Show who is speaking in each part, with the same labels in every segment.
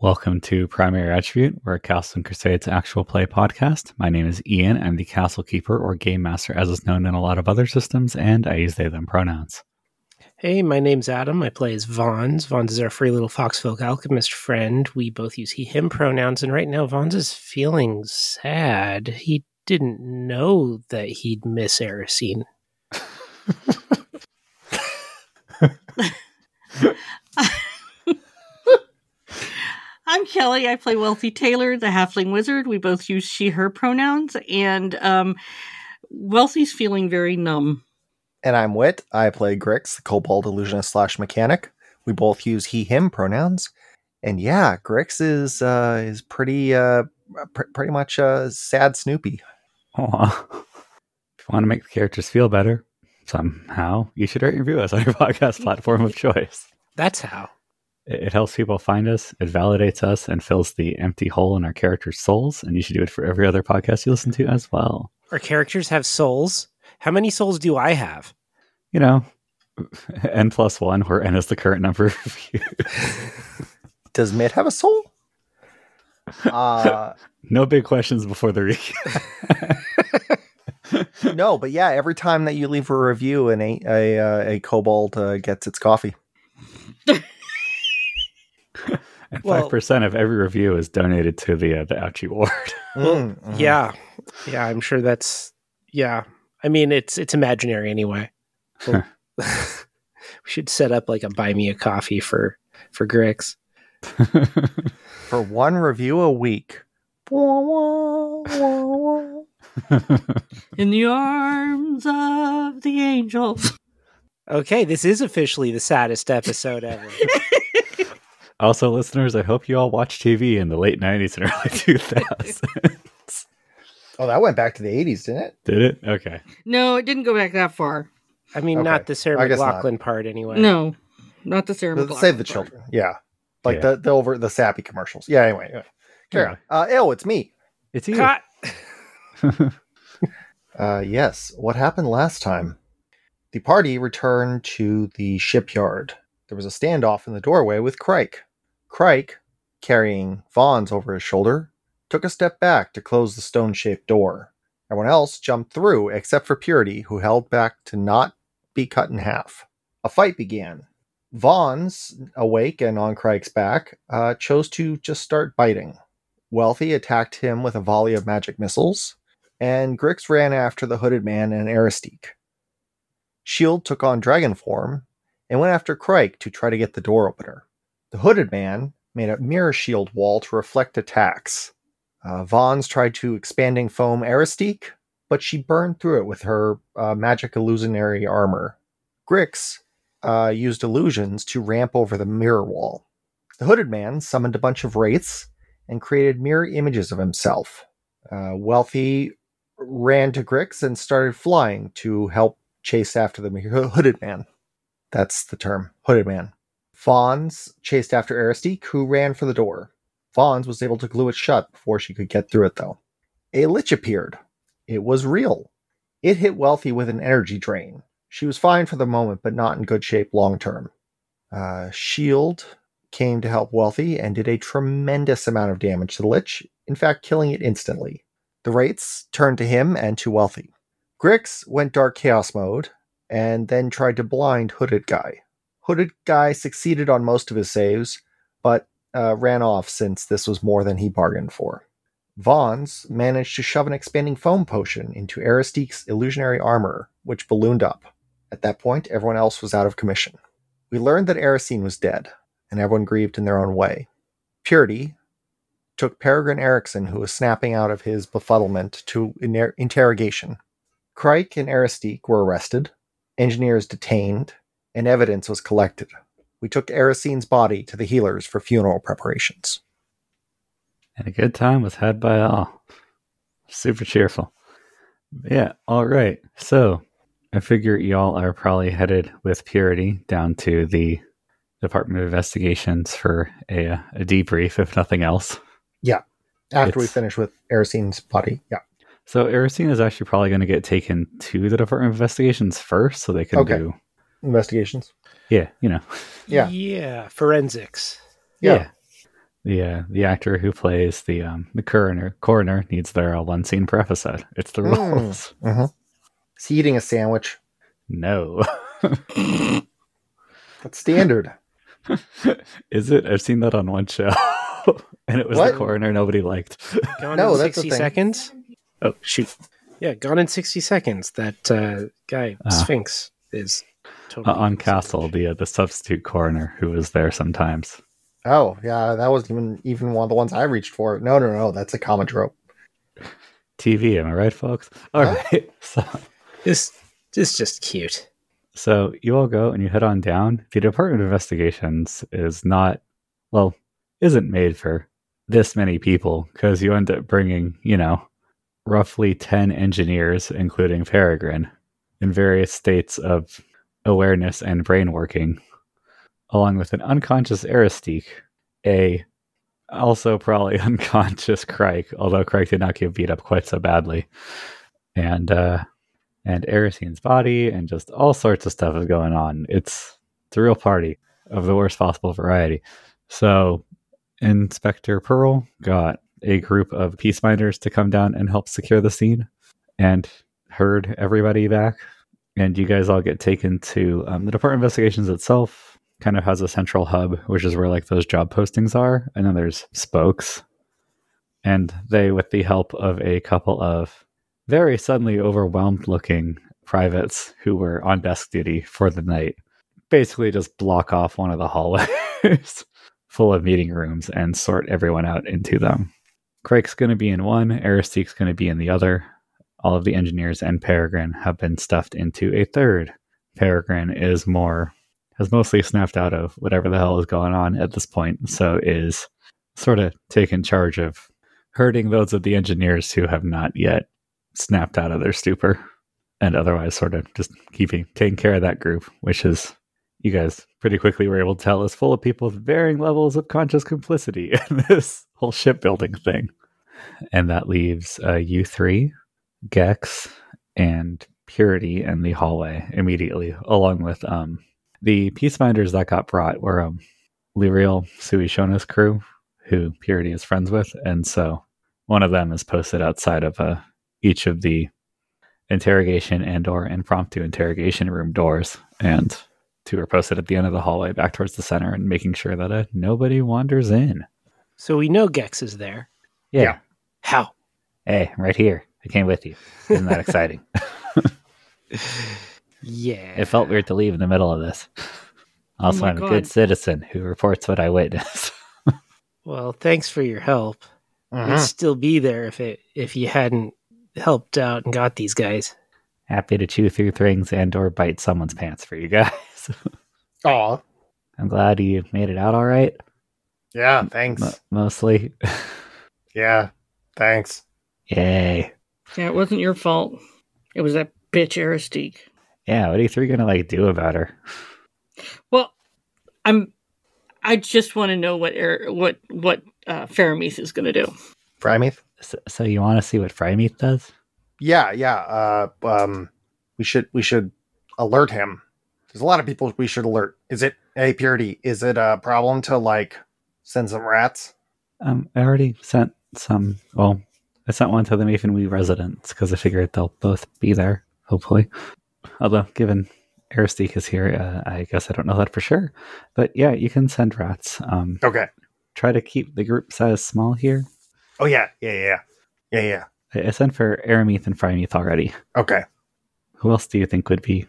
Speaker 1: Welcome to Primary Attribute, where Castle and Crusades actual play podcast. My name is Ian. I'm the Castle Keeper or Game Master, as is known in a lot of other systems, and I use they them pronouns.
Speaker 2: Hey, my name's Adam. I play as Vons. Vons is our free little foxfolk alchemist friend. We both use he, him pronouns, and right now Vons is feeling sad. He didn't know that he'd miss Erisine.
Speaker 3: I'm Kelly. I play Wealthy Taylor, the halfling wizard. We both use she, her pronouns, and um, Wealthy's feeling very numb.
Speaker 4: And I'm Wit. I play Grix, the kobold illusionist slash mechanic. We both use he him pronouns. And yeah, Grix is uh, is pretty uh, pr- pretty much uh, sad Snoopy.
Speaker 1: Aw. If you want to make the characters feel better somehow, you should rate and review us on your podcast platform of choice.
Speaker 2: That's how.
Speaker 1: It it helps people find us, it validates us, and fills the empty hole in our characters' souls. And you should do it for every other podcast you listen to as well.
Speaker 2: Our characters have souls. How many souls do I have?
Speaker 1: You know, n plus one, where n is the current number of views.
Speaker 4: Does Mid have a soul? Uh,
Speaker 1: No big questions before the recap.
Speaker 4: no, but yeah, every time that you leave a review, an a a, uh, a kobold uh, gets its coffee.
Speaker 1: And
Speaker 2: Well-
Speaker 1: five percent of every review is donated to the uh, the Ouchie Ward.
Speaker 4: Mm, mhm.
Speaker 2: Yeah. Yeah, I'm sure that's yeah. I mean it's it's imaginary anyway. we should set up like a buy me a coffee for for Grix.
Speaker 4: for one review a week. Wah, wah, wah, wah.
Speaker 3: In the arms of the angel.
Speaker 2: Okay, this is officially the saddest episode ever.
Speaker 1: also, listeners, I hope you all watch TV in the late '90s and early 2000s.
Speaker 4: Oh, that went back to the 80s, didn't it?
Speaker 1: Did it? Okay.
Speaker 3: No, it didn't go back that far.
Speaker 2: I mean,
Speaker 4: Okay,
Speaker 2: not the Sarah
Speaker 4: I guess not.
Speaker 2: McLaughlin part anyway.
Speaker 3: No, not the Sarah
Speaker 4: Let's
Speaker 3: McLachlan
Speaker 4: Save the
Speaker 3: part.
Speaker 4: children. Yeah. Like
Speaker 1: Yeah.
Speaker 4: the, the over the sappy commercials. Yeah, anyway. anyway. Carry on. Uh, oh, it's me.
Speaker 1: It's you.
Speaker 2: Cut.
Speaker 4: Uh, yes. What happened last time? The party returned to the shipyard. There was a standoff in the doorway with Crike. Crike, carrying Vons over his shoulder, took a step back to close the stone shaped door. Everyone else jumped through except for Purity, who held back to not be cut in half. A fight began. Vons, awake and on Crike's back, uh, chose to just start biting. Wealthy attacked him with a volley of magic missiles and Grix ran after the hooded man and Aristique. Shield took on dragon form and went after Crike to try to get the door opener. The hooded man made a mirror shield wall to reflect attacks. Uh, Vons tried to expanding foam Aristique, but she burned through it with her uh, magic illusionary armor. Grix uh, used illusions to ramp over the mirror wall. The hooded man summoned a bunch of wraiths and created mirror images of himself. Uh, Wealthy ran to Grix and started flying to help chase after the ho- hooded man. That's the term, hooded man. Fawns chased after Aristique, who ran for the door. Fawns was able to glue it shut before she could get through it, though. A lich appeared. It was real. It hit Wealthy with an energy drain. She was fine for the moment, but not in good shape long term. Uh, Shield came to help Wealthy and did a tremendous amount of damage to the Lich, in fact, killing it instantly. The Wraiths turned to him and to Wealthy. Grix went Dark Chaos mode and then tried to blind Hooded Guy. Hooded Guy succeeded on most of his saves, but uh, ran off since this was more than he bargained for. Vons managed to shove an expanding foam potion into Aristique's illusionary armor, which ballooned up. At that point, everyone else was out of commission. We learned that Aristine was dead, and everyone grieved in their own way. Purity, took Peregrine Erickson, who was snapping out of his befuddlement, to iner- interrogation. Crike and Aristique were arrested, engineers detained, and evidence was collected. We took Aristine's body to the healers for funeral preparations.
Speaker 1: and a good time was had by all. Super cheerful. Yeah, all right. So I figure y'all are probably headed with Purity down to the Department of Investigations for a, uh, a debrief, if nothing else.
Speaker 4: After we
Speaker 1: It's-
Speaker 4: finish with Aristine's body, yeah.
Speaker 1: So Aristine is actually probably going to get taken to the Department of Investigations first, so they can
Speaker 4: Okay.
Speaker 1: do,
Speaker 4: Investigations.
Speaker 1: yeah, you know,
Speaker 4: Yeah.
Speaker 2: Yeah. Forensics.
Speaker 4: Yeah.
Speaker 1: The uh, the actor who plays the um, the coroner coroner needs their uh, one scene prophesied. It's the
Speaker 4: Hmm.
Speaker 1: rules.
Speaker 4: Mm-hmm. Is he eating a sandwich?
Speaker 1: No,
Speaker 4: That's standard.
Speaker 1: is it? I've seen that on one show, and it was
Speaker 4: What?
Speaker 1: the coroner nobody liked.
Speaker 2: Gone
Speaker 4: No,
Speaker 2: in
Speaker 4: that's the
Speaker 2: 60
Speaker 4: thing.
Speaker 2: seconds. Oh, shoot. Yeah, Gone in 60 Seconds. That uh, guy,
Speaker 1: Ah.
Speaker 2: Sphinx, is
Speaker 1: Uh,
Speaker 2: totally.
Speaker 1: on Castle, the uh, the substitute coroner who was there sometimes.
Speaker 4: Oh yeah, that wasn't even even one of the ones I reached for. No, no, no, that's a common trope.
Speaker 1: TV, am I right, folks? All
Speaker 4: Huh?
Speaker 1: right. So,
Speaker 2: This is just cute.
Speaker 1: so you all go and you head on down. The Department of Investigations is not, well, isn't made for this many people because you end up bringing, you know, roughly 10 engineers, including Peregrine, in various states of awareness and brain working, along with an unconscious Aristique, a also probably unconscious Crike, although Crike did not get beat up quite so badly. And uh and Aristine's body and just all sorts of stuff is going on. It's the real party of the worst possible variety. So Inspector Pearl got a group of peace minders to come down and help secure the scene and herd everybody back. And you guys all get taken to um, the Department of Investigations itself, kind of has a central hub, which is where like those job postings are. And then there's spokes. And they, with the help of a couple of very suddenly overwhelmed looking privates who were on desk duty for the night basically just block off one of the hallways full of meeting rooms and sort everyone out into them. Craig's going to be in one, Aristique's going to be in the other. All of the engineers and Peregrine have been stuffed into a third. Peregrine is more, has mostly snapped out of whatever the hell is going on at this point, so is sort of taken charge of hurting those of the engineers who have not yet snapped out of their stupor and otherwise sort of just keeping taking care of that group which is you guys pretty quickly were able to tell is full of people with varying levels of conscious complicity in this whole shipbuilding thing and that leaves uh, you three gex and purity in the hallway immediately along with um, the peaceminders that got brought were um, Liriel Suishona's crew who purity is friends with and so one of them is posted outside of a each of the interrogation and or impromptu interrogation room doors and two are posted at the end of the hallway back towards the center and making sure that uh, nobody wanders in
Speaker 2: So we know Gex is there.
Speaker 1: yeah.
Speaker 4: Yeah.
Speaker 2: How?
Speaker 1: hey i'm right here i came with you isn't that exciting
Speaker 2: Yeah.
Speaker 1: it felt weird to leave in the middle of this also
Speaker 3: my
Speaker 1: i'm a good
Speaker 3: God.
Speaker 1: citizen who reports what i witness
Speaker 2: Well, thanks for your help. We'd
Speaker 4: Mhm.
Speaker 2: still be there if it if you hadn't helped out and got these guys.
Speaker 1: happy to chew through things and or bite someone's pants for you guys
Speaker 4: Aw,
Speaker 1: i'm glad you made it out all right
Speaker 4: yeah, thanks.
Speaker 1: mo- mostly
Speaker 4: Yeah, thanks.
Speaker 1: yay
Speaker 3: Yeah, it wasn't your fault. It was that bitch Aristique.
Speaker 1: yeah what are you three gonna like do about her
Speaker 3: Well, I'm. I just want to know what Air, what what uh, Faramis is going to do.
Speaker 4: Primeath.
Speaker 1: So, so you want to see what Frymeat does?
Speaker 4: Yeah, yeah. Uh, um, we should we should alert him. There's a lot of people we should alert. Is it a purity? Is it a problem to like send some rats?
Speaker 1: Um, I already sent some. Well, I sent one to the Maven Wee residents because I figured they'll both be there, hopefully. Although, given Aristique is here, uh, I guess I don't know that for sure. But yeah, you can send rats. Um,
Speaker 4: Okay.
Speaker 1: try to keep the group size small here.
Speaker 4: Oh yeah, yeah, yeah, yeah, yeah.
Speaker 1: I, I sent for Arameath and Frymeath already.
Speaker 4: yeah. Okay.
Speaker 1: Who else do you think would be?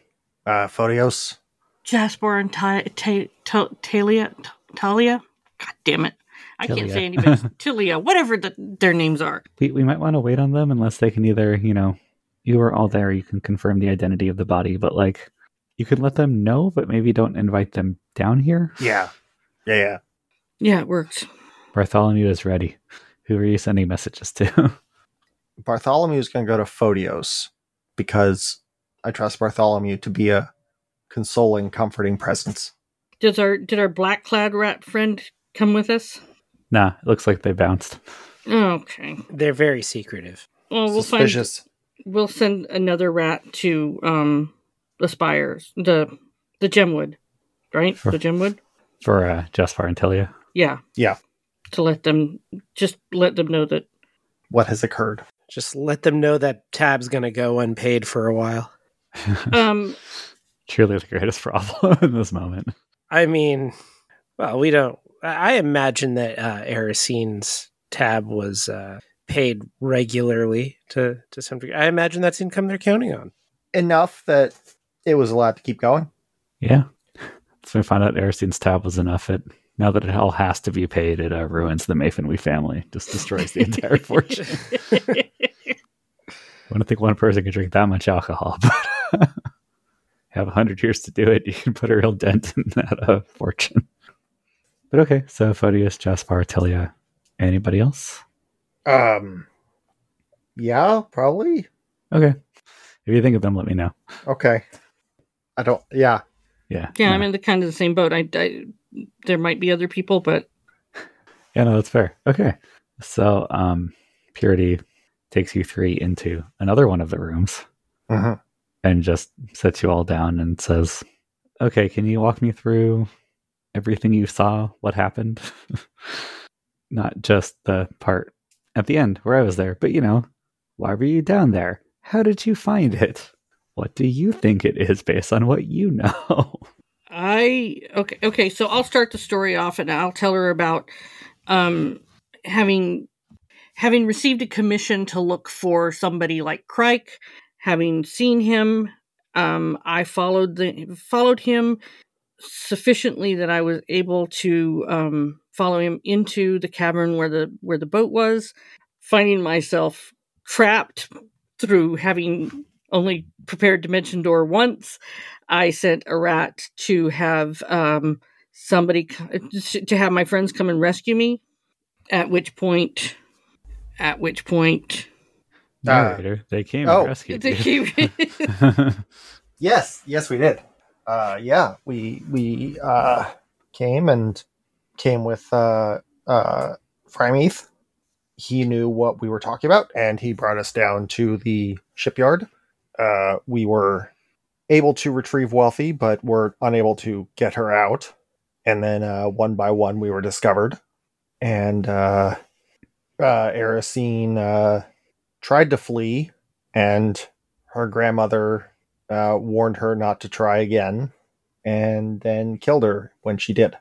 Speaker 4: Uh, Photios.
Speaker 3: Jasper and Ta- Ta- Ta- Talia, Ta- Talia. God damn it! I can't
Speaker 1: Talia.
Speaker 3: say anybody's Tilia, whatever the, their names are.
Speaker 1: We, we might want to wait on them unless they can either, you know, you are all there, you can confirm the identity of the body, but like you can let them know, but maybe don't invite them down here.
Speaker 4: Yeah, yeah, yeah.
Speaker 3: Yeah, it works.
Speaker 1: Bartholomew is ready. Who are you sending messages to?
Speaker 4: Bartholomew is going to go to Photios because I trust Bartholomew to be a consoling, comforting presence.
Speaker 3: Does our did our black clad rat friend come with us?
Speaker 1: nah, it looks like they bounced.
Speaker 3: Okay.
Speaker 2: They're very secretive.
Speaker 3: Well, we'll find.
Speaker 4: Suspicious.
Speaker 3: We'll send another rat to um the spires, the the gemwood, right?
Speaker 1: Sure.
Speaker 3: The gemwood.
Speaker 1: For uh Jaspar and Tilia.
Speaker 3: Yeah.
Speaker 4: Yeah.
Speaker 3: to let them just let them know that
Speaker 4: What has occurred?
Speaker 2: Just let them know that tab's going to go unpaid for a while.
Speaker 3: um
Speaker 1: Truly the greatest problem in this moment.
Speaker 2: I mean, well, we don't. I I imagine that uh, Erisine's tab was uh, paid regularly to to some degree. I imagine that's income they're counting on.
Speaker 4: Enough that it was allowed to keep going.
Speaker 1: Yeah. So we find out Aristine's tab was enough. It now that it all has to be paid, it uh, ruins the Mayfinley family. Just destroys the entire fortune. I wouldn't think one person could drink that much alcohol, but have a hundred years to do it. You can put a real dent in that uh, fortune. But okay, so Photius, Jaspar, Tilia, anybody else?
Speaker 4: Um, yeah, probably.
Speaker 1: Okay, if you think of them, let me know.
Speaker 4: Okay. I don't. Yeah,
Speaker 1: Yeah,
Speaker 3: yeah,
Speaker 1: no.
Speaker 3: I'm in the kind of the same boat. I, I there might be other people, but
Speaker 1: Yeah, no, that's fair. Okay. So um Purity takes you three into another one of the rooms
Speaker 4: Mhm.
Speaker 1: and just sets you all down and says, Okay, can you walk me through everything you saw, what happened? Not just the part at the end where I was there, but you know, why were you down there? How did you find it? What do you think it is based on what you know?
Speaker 3: I okay okay. So I'll start the story off, and I'll tell her about um having having received a commission to look for somebody like Crike, having seen him. Um, I followed the followed him sufficiently that I was able to um, follow him into the cavern where the where the boat was, finding myself trapped through having only prepared dimension door once. I sent a rat to have um, somebody c- uh, to have my friends come and rescue me. At which point, at which point,
Speaker 1: Narrator, they came
Speaker 4: oh.
Speaker 1: and rescued
Speaker 3: they
Speaker 1: you.
Speaker 3: keep-
Speaker 4: Yes, yes, we did. Uh, yeah, we we uh, came and came with uh, uh, Frymeath. He knew what we were talking about, and he brought us down to the shipyard. Uh, we were able to retrieve Wealthy, but were unable to get her out. And then uh, one by one, we were discovered, and uh, uh, Erisine uh, tried to flee, and her grandmother uh, warned her not to try again, and then killed her when she did.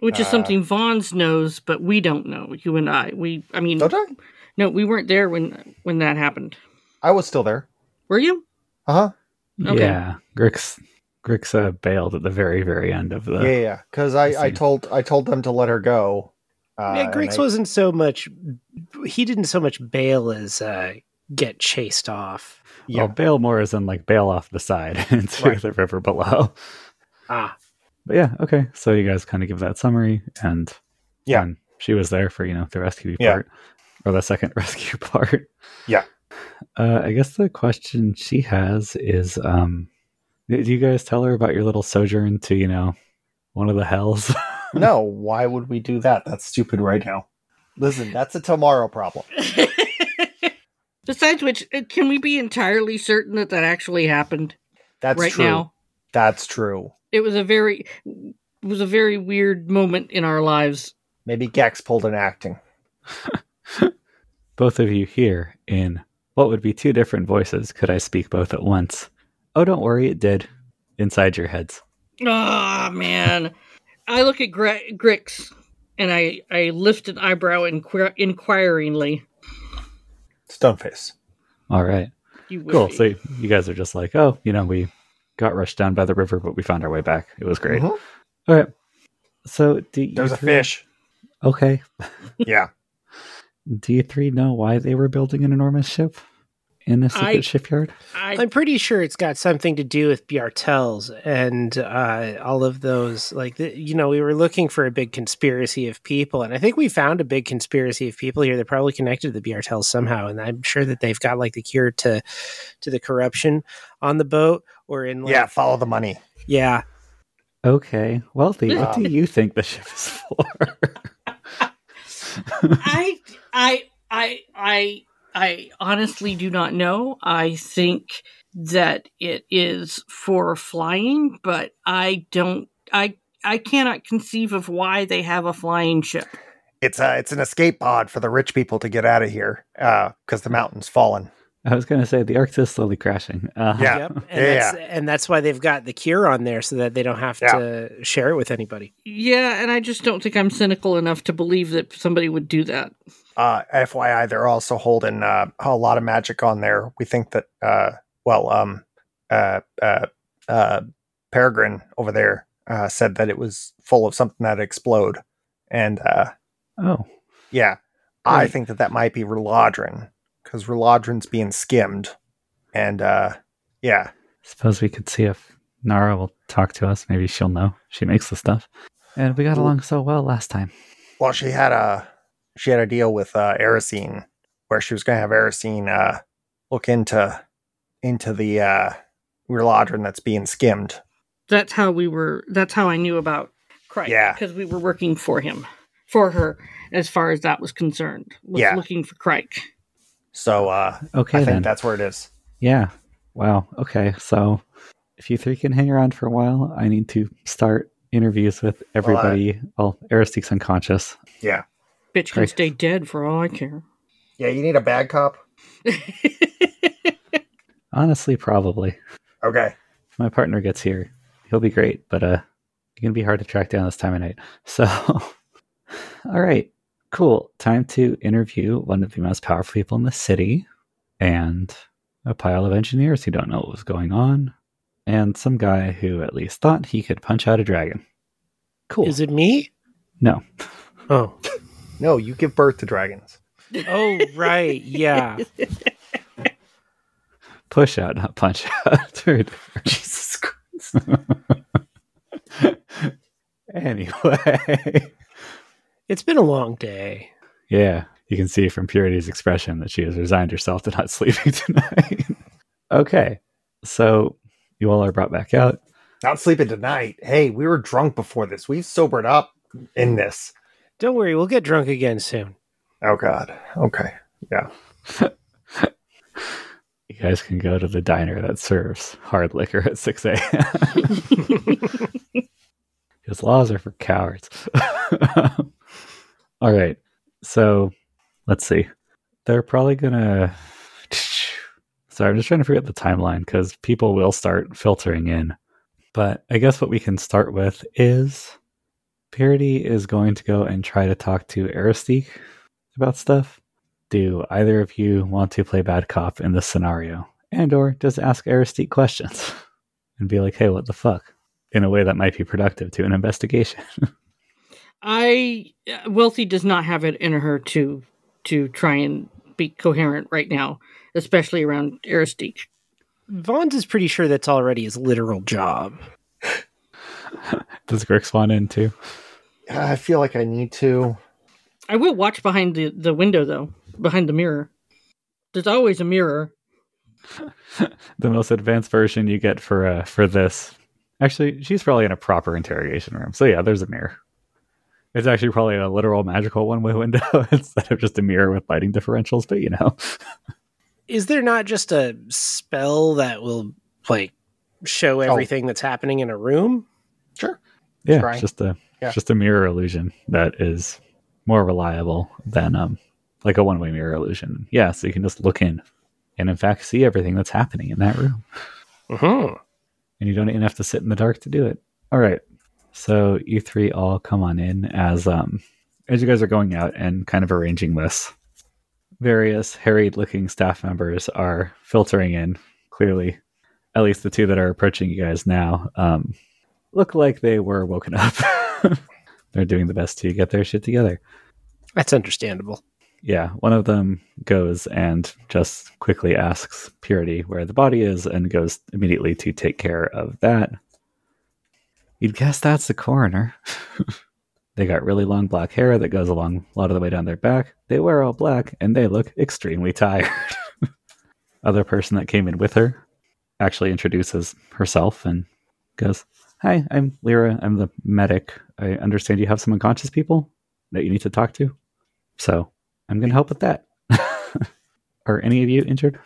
Speaker 3: which is
Speaker 4: Uh,
Speaker 3: something Vaughn's knows, but we don't know. You and I, we, I mean,
Speaker 4: Don't I?
Speaker 3: no, we weren't there when when that happened.
Speaker 4: I was still there.
Speaker 3: Were you?
Speaker 4: Uh huh.
Speaker 3: Okay.
Speaker 1: Yeah, Grix Grix uh, bailed at the very very end of the.
Speaker 4: yeah, yeah, yeah. Because I, I
Speaker 1: scene.
Speaker 4: told I told them to let her go. Uh,
Speaker 2: yeah,
Speaker 4: and
Speaker 2: Greeks
Speaker 4: I-
Speaker 2: wasn't so much. He didn't so much bail as uh, get chased off.
Speaker 4: Yeah.
Speaker 1: Well, bail more is in like bail off the side into
Speaker 4: Right.
Speaker 1: the river below.
Speaker 2: Ah,
Speaker 1: But yeah, okay. So you guys kind of give that summary, and
Speaker 4: Yeah.
Speaker 1: and she was there for you know the rescue
Speaker 4: Yeah.
Speaker 1: part or the second rescue part.
Speaker 4: Yeah.
Speaker 1: Uh, I guess the question she has is, um, did you guys tell her about your little sojourn to you know one of the hells?
Speaker 4: no, why would we do that? That's stupid right now. Listen, that's a tomorrow problem.
Speaker 3: Besides which, uh, can we be entirely certain that that actually happened
Speaker 4: That's
Speaker 3: right
Speaker 4: true.
Speaker 3: now?
Speaker 4: That's true.
Speaker 3: It was a very it was a very weird moment in our lives.
Speaker 4: Maybe Gex pulled an acting.
Speaker 1: both of you here in what would be two different voices could I speak both at once? Oh, don't worry, it did. Inside your heads.
Speaker 3: Oh man, I look at Gre- Grix and I I lift an eyebrow inquir- inquiringly.
Speaker 4: Stoneface.
Speaker 1: All right.
Speaker 3: You would
Speaker 1: Cool.
Speaker 3: be.
Speaker 1: So you guys are just like, oh, you know, we got rushed down by the river, but we found our way back. It was great.
Speaker 4: Mhm.
Speaker 1: All right. So do you
Speaker 4: There's a
Speaker 1: three-
Speaker 4: fish.
Speaker 1: Okay.
Speaker 4: yeah.
Speaker 1: Do you three know why they were building an enormous ship in a secret
Speaker 3: I-
Speaker 1: shipyard?
Speaker 3: I
Speaker 2: I'm pretty sure it's got something to do with Bjartels and uh, all of those. Like, the, you know, we were looking for a big conspiracy of people, and I think we found a big conspiracy of people here. They're probably connected to the Bjartels somehow, and I'm sure that they've got like the cure to to the corruption on the boat or in like,
Speaker 4: Yeah. Follow the money.
Speaker 2: yeah.
Speaker 1: Okay. Wealthy, what
Speaker 4: Um,
Speaker 1: do you think the ship is for?
Speaker 3: I I I I I honestly do not know. I think that it is for flying, but I don't I I cannot conceive of why they have a flying ship.
Speaker 4: It's a it's an escape pod for the rich people to get out of here because the mountain's fallen.
Speaker 1: I was going to say the Arctis slowly crashing. Uh,
Speaker 4: Yeah.
Speaker 2: Yep. And,
Speaker 4: Yeah,
Speaker 2: that's, and that's why they've got the cure on there so that they don't have
Speaker 4: Yeah.
Speaker 2: to share it with anybody.
Speaker 3: Yeah, and I just don't think I'm cynical enough to believe that somebody would do that.
Speaker 4: Uh, FYI, they're also holding uh, a lot of magic on there. We think that uh, well, um, uh, uh, uh, Peregrine over there uh, said that it was full of something that explode, and uh,
Speaker 1: Oh,
Speaker 4: yeah, I
Speaker 1: Right.
Speaker 4: think that that might be Reladrin because Reladrin's being skimmed, and uh, yeah,
Speaker 1: suppose we could see if Nara will talk to us. Maybe she'll know. She makes the stuff. And we got along so well last time.
Speaker 4: Well, she had a she had a deal with uh Erisine where she was going to have Erisine uh look into into the uh Reladrin that's being skimmed.
Speaker 3: That's how we were. That's how I knew about Christ.
Speaker 4: Yeah.
Speaker 3: because we were working for him, for her, as far as that was concerned. Was
Speaker 4: Yeah.
Speaker 3: looking for Crike.
Speaker 4: So uh
Speaker 1: Okay,
Speaker 4: I think
Speaker 1: then.
Speaker 4: that's where it is.
Speaker 1: Yeah. Wow. Okay. So if you three can hang around for a while, I need to start interviews with everybody. Well, Aristique's unconscious.
Speaker 3: Bitch can
Speaker 1: Right.
Speaker 3: stay dead for all I care.
Speaker 4: Yeah, you need a bad cop.
Speaker 1: Honestly, probably.
Speaker 4: Okay.
Speaker 1: If my partner gets here, he'll be great, but uh you're gonna be hard to track down this time of night. So all right. Cool. Time to interview one of the most powerful people in the city and a pile of engineers who don't know what was going on. And some guy who at least thought he could punch out a dragon. Cool.
Speaker 2: Is it me?
Speaker 1: No.
Speaker 2: Oh.
Speaker 4: No, you give birth to dragons.
Speaker 2: Oh, right. Yeah.
Speaker 1: push out, not punch out. Dude.
Speaker 4: Jesus Christ.
Speaker 1: anyway,
Speaker 2: It's been a long day.
Speaker 1: yeah, you can see from Purity's expression that she has resigned herself to not sleeping tonight. okay, so you all are brought back out.
Speaker 4: Not sleeping tonight. Hey, we were drunk before this. We've sobered up in this.
Speaker 2: Don't worry, we'll get drunk again soon.
Speaker 4: Oh god. Okay.
Speaker 1: You guys can go to the diner that serves hard liquor at 6 a.m. because laws are for cowards. All right. So let's see. They're probably going to. Sorry, I'm just trying to figure out the timeline because people will start filtering in. But I guess what we can start with is Parody is going to go and try to talk to Aristique about stuff. Do either of you want to play bad cop in this scenario? And or just ask Aristique questions and be like, hey, what the fuck? in a way that might be productive to an investigation.
Speaker 3: I Wealthy does not have it in her to to try and be coherent right now, especially around Aristique.
Speaker 2: Vaughn's is pretty sure that's already his literal job.
Speaker 1: Does Grix want in too?
Speaker 4: I feel like I need to.
Speaker 3: I will watch behind the, the window though, behind the mirror. There's always a mirror.
Speaker 1: The most advanced version you get for uh, for this. Actually, she's probably in a proper interrogation room. So yeah, there's a mirror. It's actually probably a literal magical one-way window instead of just a mirror with lighting differentials, but you know.
Speaker 2: Is there not just a spell that will like
Speaker 1: Oh.
Speaker 2: show everything that's happening in a room?
Speaker 4: Sure.
Speaker 1: Yeah,
Speaker 4: Try.
Speaker 1: it's just a
Speaker 4: Yeah.
Speaker 1: just a mirror illusion that is more reliable than um like a one-way mirror illusion. Yeah, so you can just look in and in fact see everything that's happening in that room.
Speaker 2: Mm-hmm.
Speaker 1: and you don't even have to sit in the dark to do it. All right. So you three all come on in as um as you guys are going out and kind of arranging this. Various harried looking staff members are filtering in, clearly. At least the two that are approaching you guys now. Um look like they were woken up. They're doing the best to get their shit together.
Speaker 2: That's understandable.
Speaker 1: Yeah, one of them goes and just quickly asks Purity where the body is and goes immediately to take care of that. You'd guess that's the coroner. they got really long black hair that goes along a lot of the way down their back. They wear all black and they look extremely tired. Other person that came in with her actually introduces herself and goes, Hi, I'm Lyra. I'm the medic. I understand you have some unconscious people that you need to talk to. So I'm going to help with that. Are any of you injured?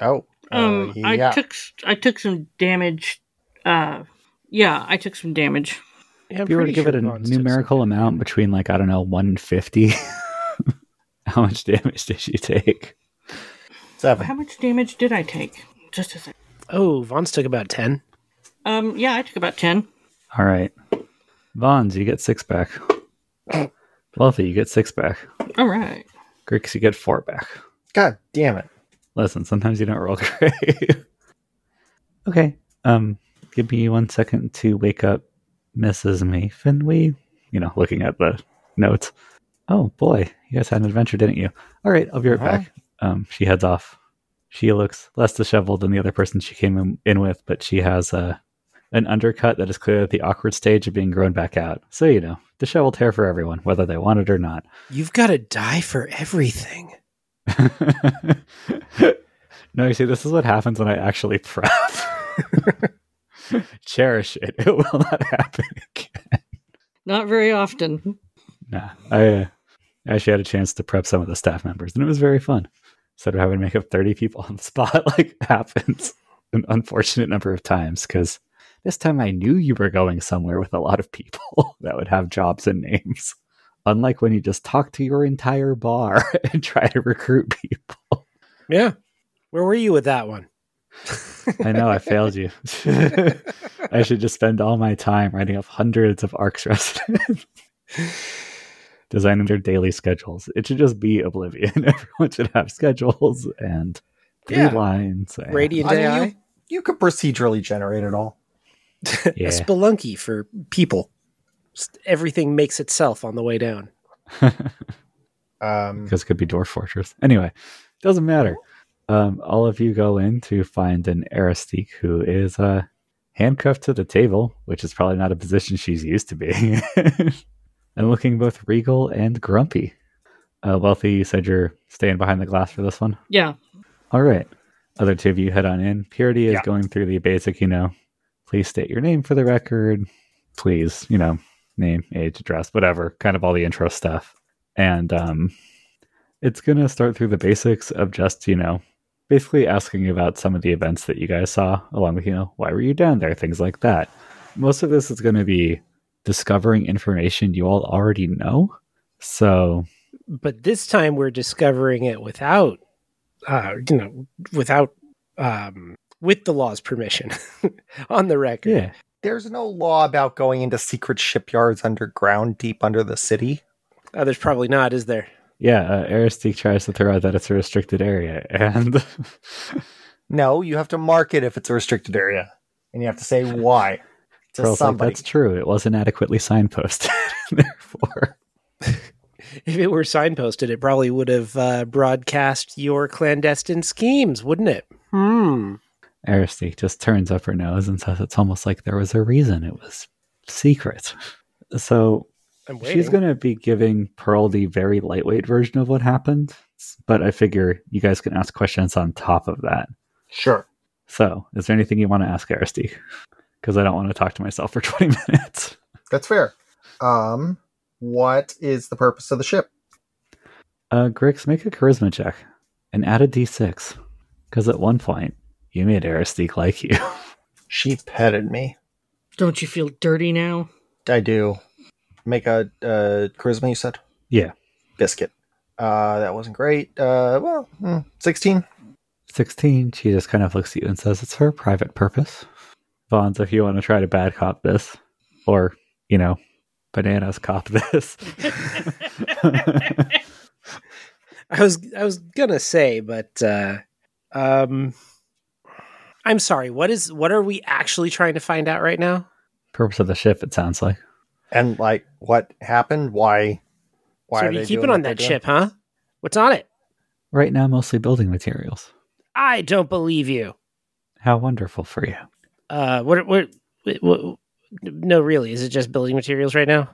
Speaker 4: Oh. uh,
Speaker 3: Um, I
Speaker 4: yeah.
Speaker 3: took s- I took some damage. Uh, yeah, I took some damage.
Speaker 2: Yeah, I'm
Speaker 1: if you were to
Speaker 2: pretty
Speaker 1: give
Speaker 2: sure
Speaker 1: it a
Speaker 2: Vaughn's took
Speaker 1: numerical amount between like I don't know 150, how much damage did you take?
Speaker 4: Seven.
Speaker 3: How much damage did I take? Just a second.
Speaker 2: some- Oh, Vaughn's took about 10.
Speaker 3: Um, yeah, I took about ten.
Speaker 1: All right, Vons, you get six back. Wealthy, you get six back.
Speaker 3: All right.
Speaker 1: Grix, you get four back.
Speaker 4: God damn it.
Speaker 1: Listen, sometimes you don't roll great. okay. Um, give me one second to wake up Mrs. Mayfin. We, you know, looking at the notes. Oh boy, you guys had an adventure, didn't you? All right, I'll be right
Speaker 4: Uh-huh.
Speaker 1: back. Um, she heads off. She looks less disheveled than the other person she came in, in with, but she has uh, an undercut that is clearly at the awkward stage of being grown back out. So you know, disheveled hair for everyone, whether they want it or not.
Speaker 2: You've got to die for everything.
Speaker 1: no, you see, this is what happens when I actually prep. Cherish it. It will not happen again.
Speaker 3: Not very often.
Speaker 1: Nah, I uh, actually had a chance to prep some of the staff members, and it was very fun. Instead of having to make up 30 people on the spot, like happens an unfortunate number of times, because this time I knew you were going somewhere with a lot of people that would have jobs and names. Unlike when you just talk to your entire bar and try to recruit people.
Speaker 2: Yeah. Where were you with that one?
Speaker 1: I know I failed you. I should just spend all my time writing up hundreds of ARCs residents, designing their daily schedules. It should just be Oblivion. Everyone should have schedules and three
Speaker 2: Yeah.
Speaker 1: lines. and-
Speaker 2: Radiant
Speaker 4: I mean,
Speaker 2: AI?
Speaker 4: you, you could procedurally generate it all.
Speaker 1: Yeah.
Speaker 2: A spelunky for people. Just everything makes itself on the way down.
Speaker 4: Um,
Speaker 1: because it could be Dwarf Fortress. Anyway, doesn't matter. Um, all of you go in to find an Aristique who is uh, handcuffed to the table, which is probably not a position she's used to being, in, and looking both regal and grumpy. Uh, Wealthy, you said you're staying behind the glass for this one.
Speaker 3: Yeah.
Speaker 1: All right. Other two of you head on in. Purity is
Speaker 4: Yeah.
Speaker 1: going through the basic, you know, please state your name for the record. Please, you know, name, age, address, whatever, kind of all the intro stuff. And um, it's going to start through the basics of just, you know, basically asking about some of the events that you guys saw, along with, you know, why were you down there, things like that. Most of this is going to be discovering information you all already know. So
Speaker 2: But this time we're discovering it without, uh, you know, without, um, with the law's permission on the record.
Speaker 1: yeah,
Speaker 4: there's no law about going into secret shipyards underground, deep under the city.
Speaker 2: Oh, there's probably not, is there?
Speaker 1: yeah. Uh, Aristique tries to throw out that it's a restricted area, and
Speaker 4: No, you have to mark it if it's a restricted area, and you have to say why to
Speaker 1: Pearl's like,
Speaker 4: somebody.
Speaker 1: that's true. It wasn't adequately signposted, therefore.
Speaker 2: If it were signposted, it probably would have uh, broadcast your clandestine schemes, wouldn't it? Hmm.
Speaker 1: Aristique just turns up her nose and says it's almost like there was a reason. It was secret. So
Speaker 2: I'm waiting.
Speaker 1: She's going to be giving Pearl the very lightweight version of what happened, but I figure you guys can ask questions on top of that.
Speaker 4: Sure.
Speaker 1: So, is there anything you want to ask Aristy? Because I don't want to talk to myself for 20 minutes.
Speaker 4: That's fair. Um, what is the purpose of the ship?
Speaker 1: Uh, Grix, make a charisma check and add a d6. Because at one point, you made Aristique like you.
Speaker 4: She petted me.
Speaker 3: Don't you feel dirty now?
Speaker 4: I do. Make a uh, charisma, you said?
Speaker 1: Yeah.
Speaker 4: Biscuit. Uh, that wasn't great. Uh, well, hmm, 16.
Speaker 1: 16, she just kind of looks at you and says it's her private purpose. Vons, if you want to try to bad cop this, or, you know, bananas cop this.
Speaker 2: I was I was gonna say, but uh, um, I'm sorry. What is what are we actually trying to find out right now?
Speaker 1: purpose of the ship, it sounds like.
Speaker 4: And, like, what happened? Why? Why
Speaker 2: so
Speaker 4: are
Speaker 2: do
Speaker 4: they
Speaker 2: you keep
Speaker 4: doing
Speaker 2: it on
Speaker 4: what
Speaker 2: that
Speaker 4: they're
Speaker 2: ship, huh? What's on it?
Speaker 1: Right now, mostly building materials.
Speaker 2: I don't believe you.
Speaker 1: How wonderful for you.
Speaker 2: Uh, what what? what, what no, really. Is it just building materials right now?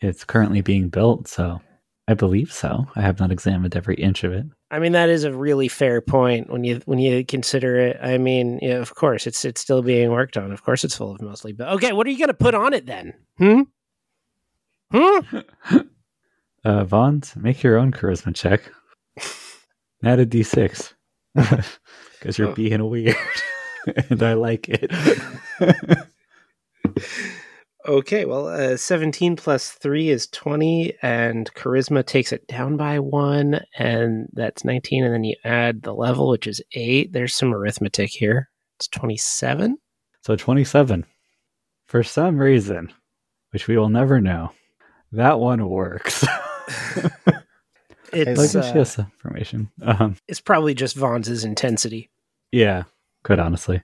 Speaker 1: It's currently being built, so I believe so. I have not examined every inch of it.
Speaker 2: I mean, that is a really fair point when you when you consider it. I mean, yeah, of course, it's it's still being worked on. Of course, it's full of mostly. But okay, what are you going to put on it then? Hmm. Hmm.
Speaker 1: Uh, Vons, make your own charisma check. Add a d6. Because you're
Speaker 2: Oh.
Speaker 1: being weird. and I like it.
Speaker 2: Okay, well, uh, 17 plus 3 is 20, and charisma takes it down by 1, and that's 19. And then you add the level, which is 8. There's some arithmetic here. It's 27.
Speaker 1: So 27. For some reason, which we will never know, that one works. like
Speaker 2: It's,
Speaker 1: she
Speaker 2: uh,
Speaker 1: has some information. Um,
Speaker 2: it's probably just Vaughn's intensity.
Speaker 1: yeah, good honestly.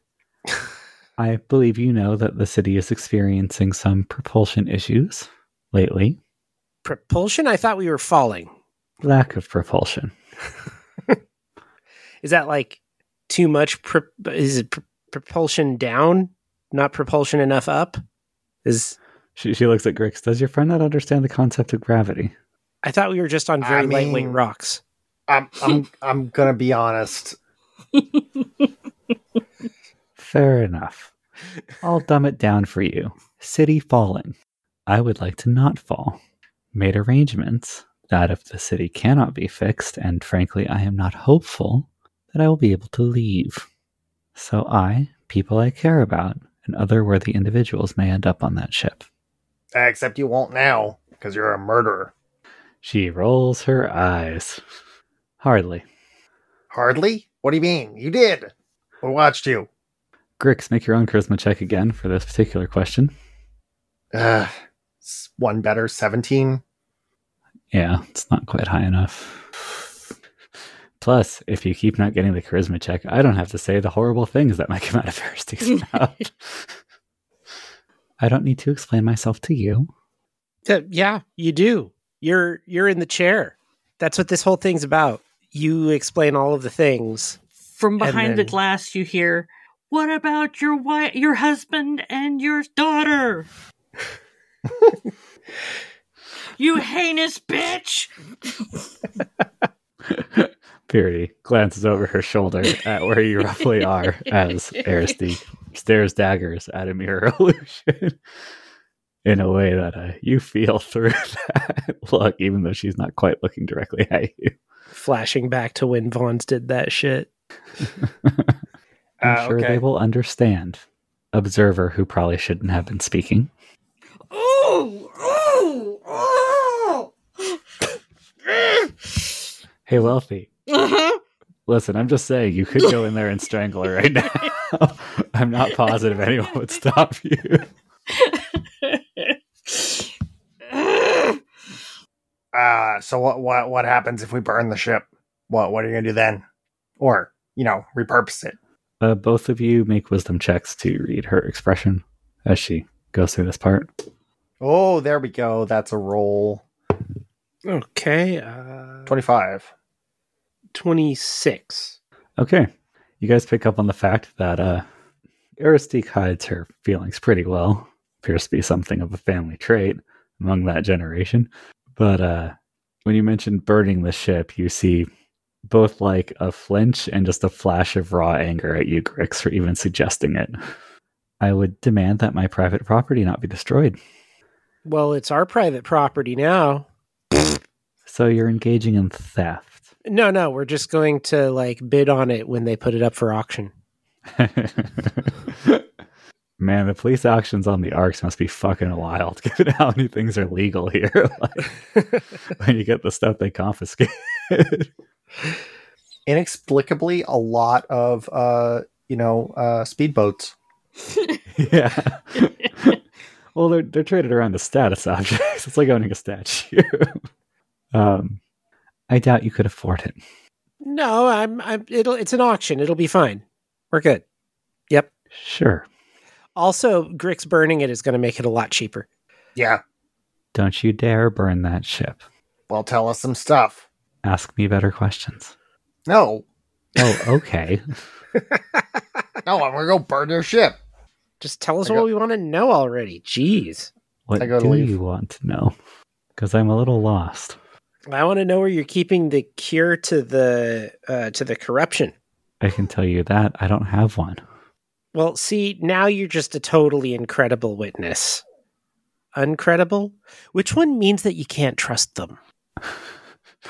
Speaker 1: I believe you know that the city is experiencing some propulsion issues lately.
Speaker 2: Propulsion? I thought we were falling.
Speaker 1: Lack of propulsion.
Speaker 2: Is that like too much? Pro- is it pr- propulsion down? Not propulsion enough up? Is
Speaker 1: She, she looks at Grix. Does your friend not understand the concept of gravity?
Speaker 2: I thought we were just on
Speaker 4: I
Speaker 2: very lightweight
Speaker 4: mean-
Speaker 2: rocks.
Speaker 4: I'm I'm I'm gonna be honest.
Speaker 1: Fair enough. I'll dumb it down for you. City falling. I would like to not fall. Made arrangements that if the city cannot be fixed, and frankly, I am not hopeful that I will be able to leave. So I, people I care about, and other worthy individuals may end up on that ship.
Speaker 4: Except you won't now, because you're a murderer.
Speaker 1: She rolls her eyes. Hardly.
Speaker 4: Hardly? What do you mean? You did. We watched you.
Speaker 1: Grix, make your own charisma check again for this particular question.
Speaker 4: Uh, one better, seventeen.
Speaker 1: Yeah, it's not quite high enough. Plus, if you keep not getting the charisma check, I don't have to say the horrible things that might come out of Aristide's mouth. I don't need to explain myself to you.
Speaker 2: That- yeah, you do. You're you're in the chair. That's what this whole thing's about. You explain all of the things.
Speaker 3: From
Speaker 2: And
Speaker 3: behind the
Speaker 2: then-
Speaker 3: glass, you hear, "What about your wife, your husband, and your daughter? you heinous bitch!"
Speaker 1: Purity glances over her shoulder at where you roughly are as Aristide stares daggers at a mirror illusion in a way that uh, you feel through that look, even though she's not quite looking directly at you.
Speaker 2: Flashing back to when Vaughn's did that shit.
Speaker 1: I'm
Speaker 4: Uh,
Speaker 1: sure
Speaker 4: okay.
Speaker 1: they will understand. Observer who probably shouldn't have been speaking.
Speaker 3: Ooh, ooh, ooh.
Speaker 1: Hey, Wealthy,
Speaker 3: uh-huh.
Speaker 1: listen, I'm just saying you could go in there and strangle her right now. I'm not positive anyone would stop you.
Speaker 4: Uh, so what what what happens if we burn the ship? What what are you gonna do then? Or you know, repurpose it.
Speaker 1: Uh, both of you make wisdom checks to read her expression as she goes through this part.
Speaker 4: Oh, there we go. That's a roll.
Speaker 2: Okay, uh,
Speaker 4: Twenty-five.
Speaker 2: twenty six.
Speaker 1: Okay. You guys pick up on the fact that uh, Aristique hides her feelings pretty well. Appears to be something of a family trait among that generation. But uh, when you mentioned burning the ship, you see both like a flinch and just a flash of raw anger at you, Grix, for even suggesting it. I would demand that my private property not be destroyed.
Speaker 2: Well, it's our private property now.
Speaker 1: So you're engaging in theft.
Speaker 2: No, no, we're just going to like bid on it when they put it up for auction.
Speaker 1: Man, the police actions on the arcs must be fucking wild, given how many things are legal here. like, when you get the stuff they confiscate.
Speaker 4: Inexplicably, a lot of uh, you know, uh, speedboats.
Speaker 1: yeah. well, they're, they're traded around the status objects. It's like owning a statue. um, I doubt you could afford it.
Speaker 2: No, I'm, I'm. It'll. It's an auction. It'll be fine. We're good. Yep.
Speaker 1: Sure.
Speaker 2: Also, Grix burning it is going to make it a lot cheaper.
Speaker 4: Yeah.
Speaker 1: Don't you dare burn that ship.
Speaker 4: Well, tell us some stuff.
Speaker 1: Ask me better questions.
Speaker 4: No,
Speaker 1: Oh, okay.
Speaker 4: no, I'm gonna go burn their ship.
Speaker 2: Just tell us
Speaker 4: I
Speaker 2: what
Speaker 4: got-
Speaker 2: we want to know already. Jeez.
Speaker 1: what
Speaker 4: I gotta
Speaker 1: do
Speaker 4: leave.
Speaker 1: you want to know? Because I'm a little lost.
Speaker 2: I want to know where you're keeping the cure to the uh, to the corruption.
Speaker 1: I can tell you that I don't have one.
Speaker 2: Well, see, now you're just a totally incredible witness. Uncredible? Which one means that you can't trust them?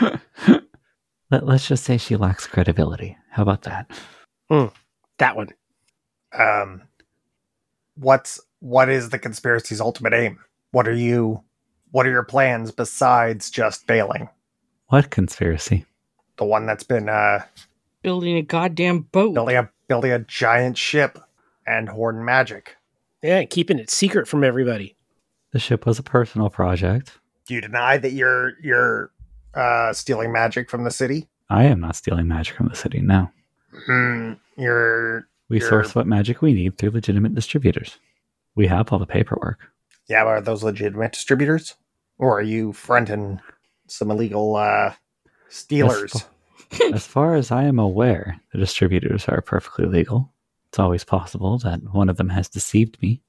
Speaker 1: Let, let's just say she lacks credibility. How about that?
Speaker 2: That one.
Speaker 4: Um, what's what is the conspiracy's ultimate aim? What are you what are your plans besides just bailing?
Speaker 1: What conspiracy?
Speaker 4: The one that's been uh
Speaker 3: Building a goddamn boat.
Speaker 4: building a building a giant ship and hoarding magic.
Speaker 2: Yeah, keeping it secret from everybody.
Speaker 1: The ship was a personal project.
Speaker 4: Do you deny that you're you're uh stealing magic from the city?
Speaker 1: I am not stealing magic from the city. No,
Speaker 4: Hmm, you're
Speaker 1: we
Speaker 4: Sure.
Speaker 1: source what magic we need through legitimate distributors. We have all the paperwork.
Speaker 4: yeah, but are those legitimate distributors? Or are you fronting some illegal uh stealers?
Speaker 1: That's As far as I am aware, the distributors are perfectly legal. It's always possible that one of them has deceived me.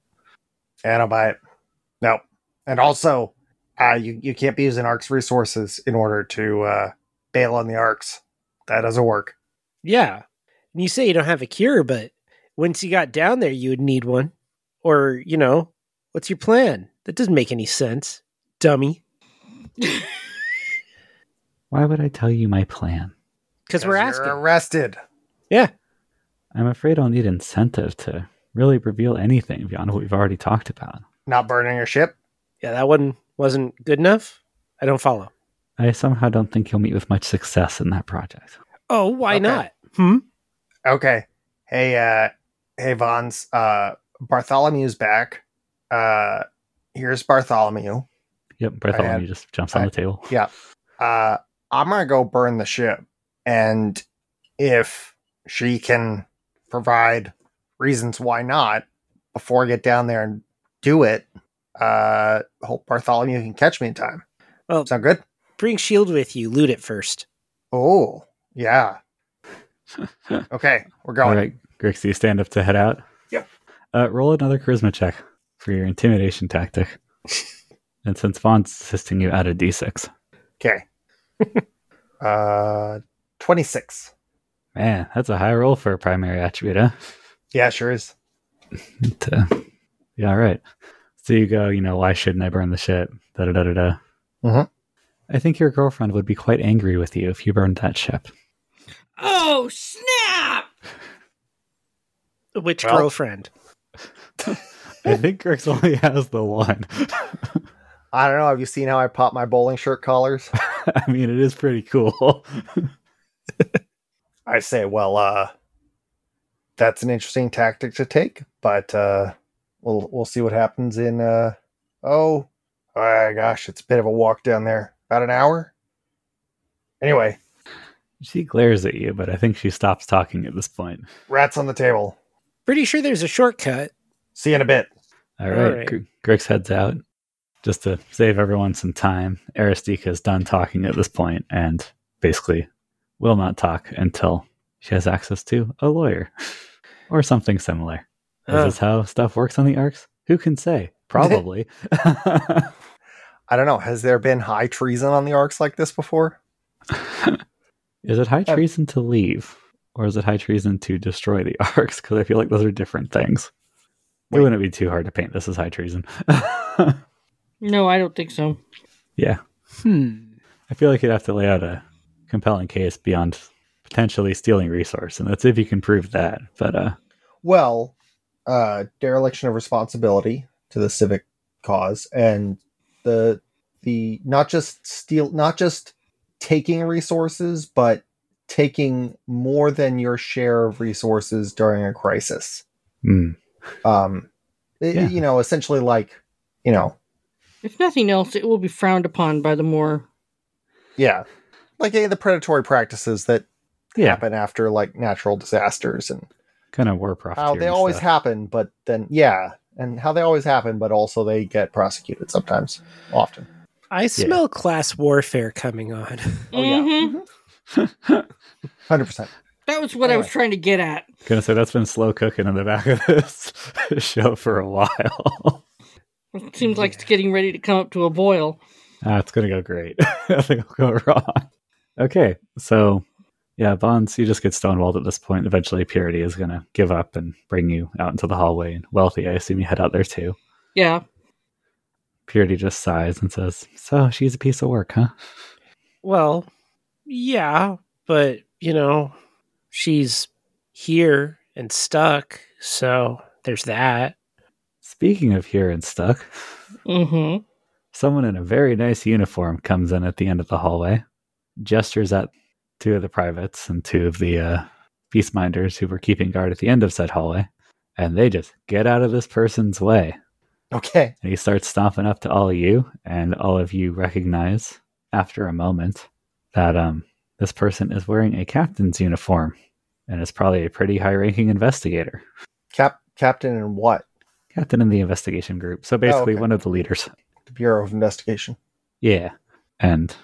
Speaker 4: And I'll buy it. No. And also, uh, you, you can't be using ARC's resources in order to uh, bail on the ARCs. That doesn't work.
Speaker 2: Yeah. And you say you don't have a cure, but once you got down there, you would need one. Or, you know, what's your plan? That doesn't make any sense, dummy.
Speaker 1: Why would I tell you my plan?
Speaker 2: Because we're
Speaker 4: you're
Speaker 2: asking.
Speaker 4: arrested.
Speaker 1: I'm afraid I'll need incentive to really reveal anything beyond what we've already talked about.
Speaker 4: Not burning your ship.
Speaker 2: Yeah, that one wasn't good enough. I don't follow.
Speaker 1: I somehow don't think you'll meet with much success in that project.
Speaker 2: Oh, why
Speaker 4: Okay.
Speaker 2: not? Hmm?
Speaker 4: Okay. Hey, uh, hey, Vons. Uh, Bartholomew's back. Uh, here's Bartholomew.
Speaker 1: Yep, Bartholomew
Speaker 4: had-
Speaker 1: just jumps
Speaker 4: I-
Speaker 1: on the table.
Speaker 4: yeah. uh, I'm gonna go burn the ship, and if she can provide reasons why not before I get down there and do it, uh, hope Bartholomew can catch me in time.
Speaker 2: Well-
Speaker 4: Sound good?
Speaker 2: Bring shield with you. Loot it first.
Speaker 4: Oh, yeah. okay, we're
Speaker 1: All
Speaker 4: going.
Speaker 1: right, Grixie, you stand up to head out.
Speaker 4: Yep.
Speaker 1: Uh, roll another charisma check for your intimidation tactic. and since Vaughn's assisting you, add a d6.
Speaker 4: Okay. uh, twenty six.
Speaker 1: Man, that's a high roll for a primary attribute, huh?
Speaker 4: Yeah, sure is.
Speaker 1: To- yeah, all right. So you go, you know, why shouldn't I burn the ship? Da da da da da.
Speaker 4: Mhm.
Speaker 1: I think your girlfriend would be quite angry with you if you burned that ship.
Speaker 3: oh snap!
Speaker 2: Which
Speaker 4: Well-
Speaker 2: girlfriend?
Speaker 1: I think Grix only has the one.
Speaker 4: I don't know. Have you seen how I pop my bowling shirt collars?
Speaker 1: I mean, it is pretty cool.
Speaker 4: I say, well, uh, that's an interesting tactic to take, but uh, we'll we'll see what happens in. Uh, oh, ah, gosh, it's a bit of a walk down there. About an hour. Anyway,
Speaker 1: she glares at you, but I think she stops talking at this point.
Speaker 4: rats on the table.
Speaker 2: Pretty sure there's a shortcut.
Speaker 4: See you in a bit.
Speaker 1: All
Speaker 2: All
Speaker 1: right.
Speaker 2: right.
Speaker 1: Gr- Grix heads out just to save everyone some time. Aristika is done talking at this point and basically will not talk until she has access to a lawyer or something similar.
Speaker 2: Huh.
Speaker 1: Is this how stuff works on the arcs? Who can say? Probably.
Speaker 4: I don't know. Has there been high treason on the arcs like this before?
Speaker 1: is it high
Speaker 4: Uh,
Speaker 1: treason to leave or is it high treason to destroy the arcs? Because I feel like those are different things.
Speaker 4: Wait.
Speaker 1: It wouldn't be too hard to paint this as high treason.
Speaker 3: No, I don't think so.
Speaker 1: yeah.
Speaker 2: Hmm.
Speaker 1: I feel like you'd have to lay out a compelling case beyond potentially stealing resource, and that's if you can prove that. But uh,
Speaker 4: Well, uh, dereliction of responsibility to the civic cause and the the not just steal not just taking resources but taking more than your share of resources during a crisis
Speaker 1: hmm,
Speaker 4: um i-
Speaker 1: Yeah.
Speaker 4: you know essentially like you know
Speaker 3: If nothing else, it will be frowned upon by the more.
Speaker 4: yeah like any of the predatory practices that
Speaker 1: yeah,
Speaker 4: happen after like natural disasters and
Speaker 1: kind of war profiteering.
Speaker 4: how they always
Speaker 1: stuff.
Speaker 4: happen but then yeah and how they always happen but also they get prosecuted sometimes often
Speaker 2: I smell class warfare coming on.
Speaker 4: Oh, yeah.
Speaker 3: Mhm.
Speaker 4: Hundred percent.
Speaker 3: That was what I was
Speaker 4: Anyway.
Speaker 3: trying to get at.
Speaker 1: Gonna say that's been slow cooking in the back of this show for a while.
Speaker 3: It seems like it's getting ready to come up to a boil.
Speaker 1: ah, it's gonna go great. Nothing will go wrong. Okay, so yeah, Bonds, you just get stonewalled at this point. Eventually, Purity is gonna give up and bring you out into the hallway. And Wealthy, I assume you head out there too.
Speaker 3: Yeah.
Speaker 1: Purity just sighs and says, "So she's a piece of work, huh?"
Speaker 2: Well, yeah, but you know, she's here and stuck, so there's that.
Speaker 1: Speaking of here and stuck,
Speaker 3: Mm-hmm.
Speaker 1: someone in a very nice uniform comes in at the end of the hallway, gestures at two of the privates and two of the uh, peaceminders who were keeping guard at the end of said hallway, and they just get out of this person's way.
Speaker 4: Okay.
Speaker 1: And he starts stomping up to all of you, and all of you recognize after a moment that um, this person is wearing a captain's uniform and is probably a pretty high ranking investigator.
Speaker 4: Cap captain and what?
Speaker 1: Captain in the investigation group. So basically,
Speaker 4: okay.
Speaker 1: one of the leaders.
Speaker 4: The Bureau of Investigation.
Speaker 1: Yeah. And I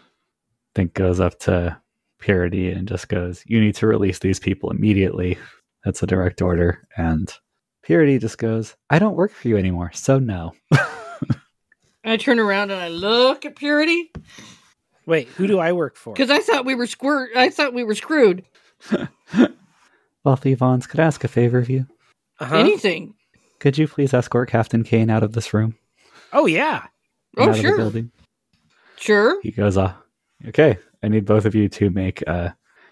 Speaker 1: think goes up to Purity and just goes, You need to release these people immediately. That's a direct order. And Purity just goes, I don't work for you anymore. So no.
Speaker 3: I turn around and I look at Purity
Speaker 2: Wait, who do I work for?
Speaker 3: because I thought we were squirt. I thought we were screwed.
Speaker 1: Wealthy Vons could I ask a favor of you.
Speaker 2: Uh-huh.
Speaker 3: Anything?
Speaker 1: Could you please escort Captain Kane out of this room?
Speaker 2: oh yeah.
Speaker 1: and
Speaker 3: Oh,
Speaker 1: out of the
Speaker 3: sure,
Speaker 1: building?
Speaker 3: sure.
Speaker 1: He goes, uh, Okay. I need both of you to make uh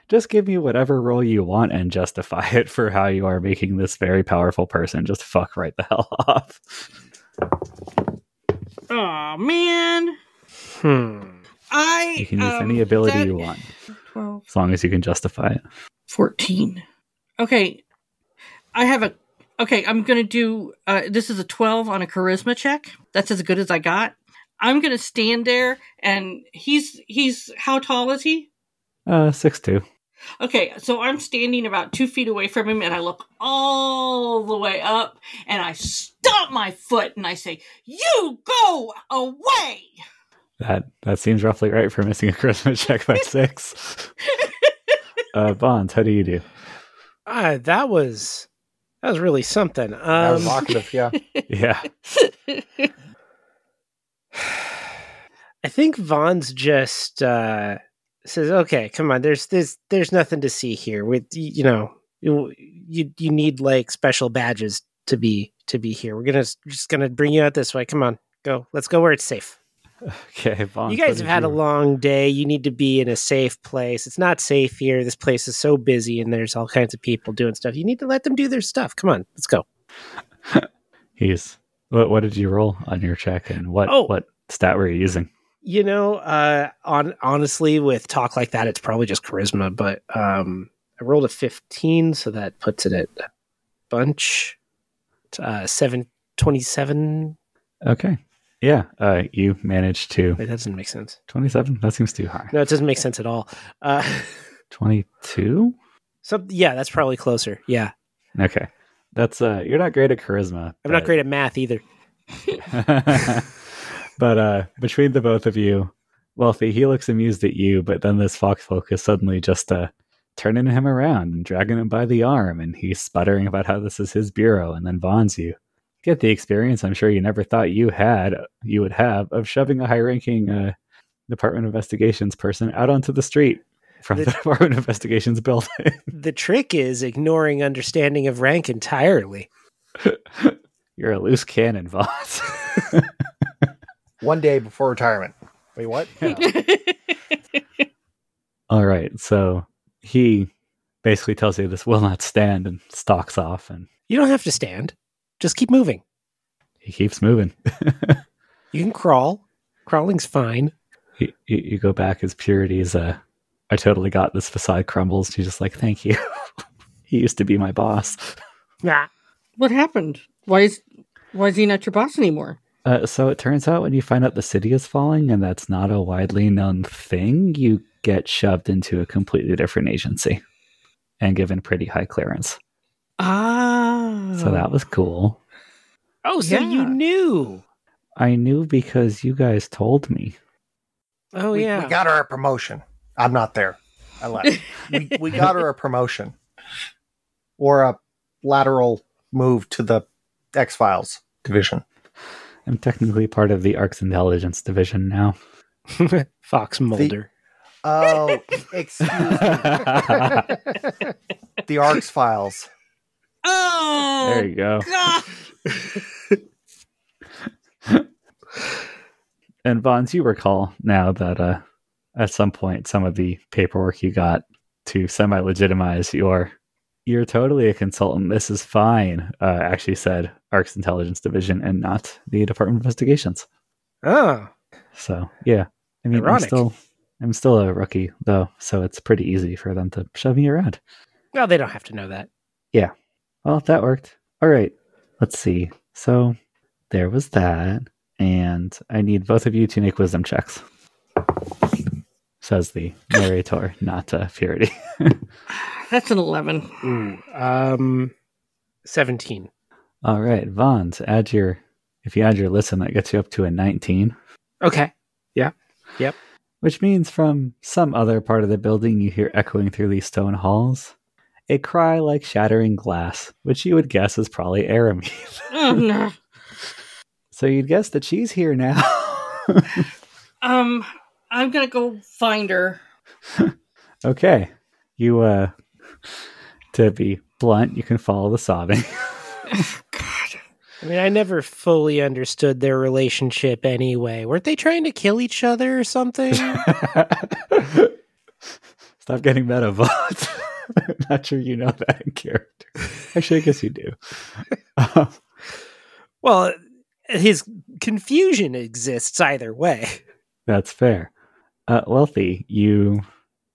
Speaker 1: just give me whatever role you want and justify it for how you are making this very powerful person just fuck right the hell off.
Speaker 3: Oh man,
Speaker 2: Hmm.
Speaker 3: I
Speaker 1: You can use
Speaker 3: um,
Speaker 1: any ability
Speaker 3: that-
Speaker 1: you want,
Speaker 3: 12,
Speaker 1: as long as you can justify it.
Speaker 3: 14. Okay, I have a. Okay, I'm gonna do. Uh, this is a 12 on a charisma check. That's as good as I got. I'm gonna stand there, and he's he's how tall is he?
Speaker 1: Uh, six two.
Speaker 3: Okay, so I'm standing about two feet away from him, and I look all the way up, and I stomp my foot, and I say, "You go away!"
Speaker 1: That that seems roughly right for missing a Christmas check by six. uh, Bonds, how do you do?
Speaker 2: Uh, that was that was really something. Um,
Speaker 4: that was evocative, yeah.
Speaker 1: Yeah,
Speaker 2: I think Vaughn's just uh, says, "Okay, come on. There's there's there's nothing to see here. With y- you know, you you you need like special badges to be to be here. We're gonna just gonna bring you out this way. Come on, go. Let's go where it's safe.
Speaker 1: okay, Bonds.
Speaker 2: you
Speaker 1: what
Speaker 2: guys
Speaker 1: did
Speaker 2: have had a
Speaker 1: you-
Speaker 2: long day. You need to be in a safe place. It's not safe here. This place is so busy, and there's all kinds of people doing stuff. You need to let them do their stuff. Come on, let's go.
Speaker 1: He's what? What did you roll on your check, and what
Speaker 2: Oh.
Speaker 1: what stat were you using?
Speaker 2: You know, uh, on honestly, with talk like that, it's probably just charisma. But um, I rolled a fifteen, so that puts it at a bunch uh, seven twenty-seven.
Speaker 1: Okay, yeah, uh, you managed to
Speaker 2: Wait, that doesn't make sense.
Speaker 1: twenty-seven. That seems too high.
Speaker 2: No, it doesn't make sense at all. Uh,
Speaker 1: Twenty-two.
Speaker 2: so yeah, that's probably closer. Yeah,
Speaker 1: Okay, that's uh, you're not great at charisma.
Speaker 2: I'm not
Speaker 1: but-
Speaker 2: great at math either.
Speaker 1: but uh, between the both of you, Wealthy, he looks amused at you, but then this fox folk is suddenly just uh, turning him around and dragging him by the arm, and he's sputtering about how this is his bureau, and then Vaughn's you. Get the experience I'm sure you never thought you had, you would have, of shoving a high-ranking uh, Department of Investigations person out onto the street from
Speaker 2: The-
Speaker 1: the, Department of Investigations building.
Speaker 2: The trick is ignoring understanding of rank entirely.
Speaker 1: You're a loose cannon, Vaughn.
Speaker 4: One day before retirement. Wait, what?
Speaker 1: All right. So he basically tells you this will not stand and stalks off and
Speaker 2: You don't have to stand; just keep moving.
Speaker 1: he keeps moving.
Speaker 2: You can crawl. Crawling's fine.
Speaker 1: you, you, you go back, his purity is uh, I totally got this facade crumbles. He's just like, thank you. he used to be my boss.
Speaker 2: Nah.
Speaker 3: what happened? Why is why is he not your boss anymore?
Speaker 1: Uh, so it turns out when you find out the city is falling and that's not a widely known thing, you get shoved into a completely different agency and given pretty high clearance.
Speaker 3: Ah,
Speaker 1: So that was cool.
Speaker 2: Oh, so you
Speaker 3: Yeah.
Speaker 2: knew.
Speaker 1: I knew because you guys told me.
Speaker 2: Oh
Speaker 4: we,
Speaker 2: yeah.
Speaker 4: we got her a promotion. I'm not there. I left. we, we got her a promotion or a lateral move to the X Files division.
Speaker 1: I'm technically part of the Arcs Intelligence Division now.
Speaker 2: Fox Mulder.
Speaker 4: Oh, excuse
Speaker 2: Oh.
Speaker 4: the Arcs Files.
Speaker 3: Oh,
Speaker 1: there you go.
Speaker 3: God.
Speaker 1: And Vons, you recall now that uh, at some point some of the paperwork you got to semi legitimize your you're totally a consultant. This is fine. Uh, actually said Ark's intelligence division and not the Department of Investigations.
Speaker 2: Oh,
Speaker 1: So yeah, I mean, I'm
Speaker 2: Ironic.
Speaker 1: still I'm still a rookie though, so it's pretty easy for them to shove me around.
Speaker 2: well, they don't have to know that.
Speaker 1: Well, that worked. All right, let's see. So there was that, and I need both of you to make wisdom checks. Says the narrator, not uh, Purity.
Speaker 3: That's an 11.
Speaker 2: Ooh, um, 17.
Speaker 1: All right, Vons, add your if you add your listen, that gets you up to a nineteen.
Speaker 2: Okay.
Speaker 1: which means from some other part of the building you hear echoing through these stone halls a cry like shattering glass, which you would guess is probably Aramis.
Speaker 3: Oh, no.
Speaker 1: so you'd guess that she's here now.
Speaker 3: Um, I'm going to go find her.
Speaker 1: okay, you uh, to be blunt, you can follow the sobbing.
Speaker 3: God.
Speaker 2: I mean, I never fully understood their relationship anyway. Weren't they trying to kill each other or something?
Speaker 1: Stop getting meta votes. Not sure you know that in character. Actually, I guess you do. Um,
Speaker 2: well, his confusion exists either way.
Speaker 1: That's fair. Uh, wealthy, you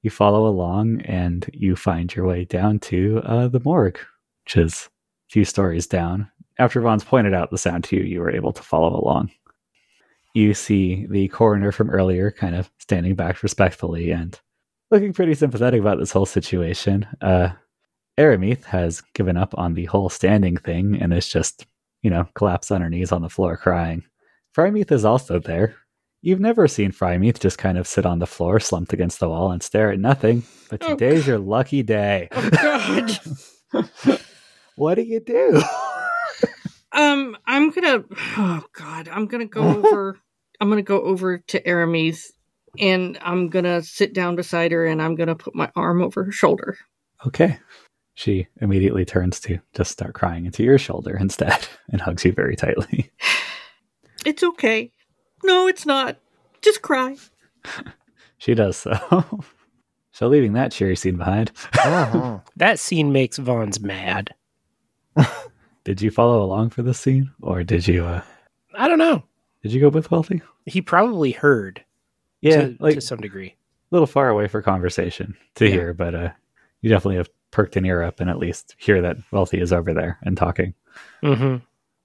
Speaker 1: you follow along and you find your way down to uh, the morgue, which is a few stories down. After Vaughn's pointed out the sound to you, you were able to follow along. You see the coroner from earlier kind of standing back respectfully and looking pretty sympathetic about this whole situation. Uh, Aramith has given up on the whole standing thing and is just, you know, collapsed on her knees on the floor crying. Frymeath is also there, You've never seen Frymeath just kind of sit on the floor, slumped against the wall, and stare at nothing. But
Speaker 3: Oh,
Speaker 1: today's your lucky day.
Speaker 3: Oh, God.
Speaker 1: What do you do?
Speaker 3: Um, I'm gonna. Oh God, I'm gonna go over. I'm gonna go over to Aramis, and I'm gonna sit down beside her, and I'm gonna put my arm over her shoulder.
Speaker 1: okay. She immediately turns to just start crying into your shoulder instead and hugs you very tightly.
Speaker 3: It's okay. No, it's not. Just cry.
Speaker 1: She does so. so, leaving that cheery scene behind,
Speaker 4: Uh-huh.
Speaker 2: That scene makes Vaughn's mad.
Speaker 1: did you follow along for this scene, or did you uh,
Speaker 2: I don't know.
Speaker 1: did you go with Wealthy?
Speaker 2: He probably heard to,
Speaker 1: like
Speaker 2: to some degree.
Speaker 1: little far away for conversation to
Speaker 2: Yeah.
Speaker 1: hear, but uh, you definitely have perked an ear up and at least hear that Wealthy is over there and talking.
Speaker 2: Mm-hmm.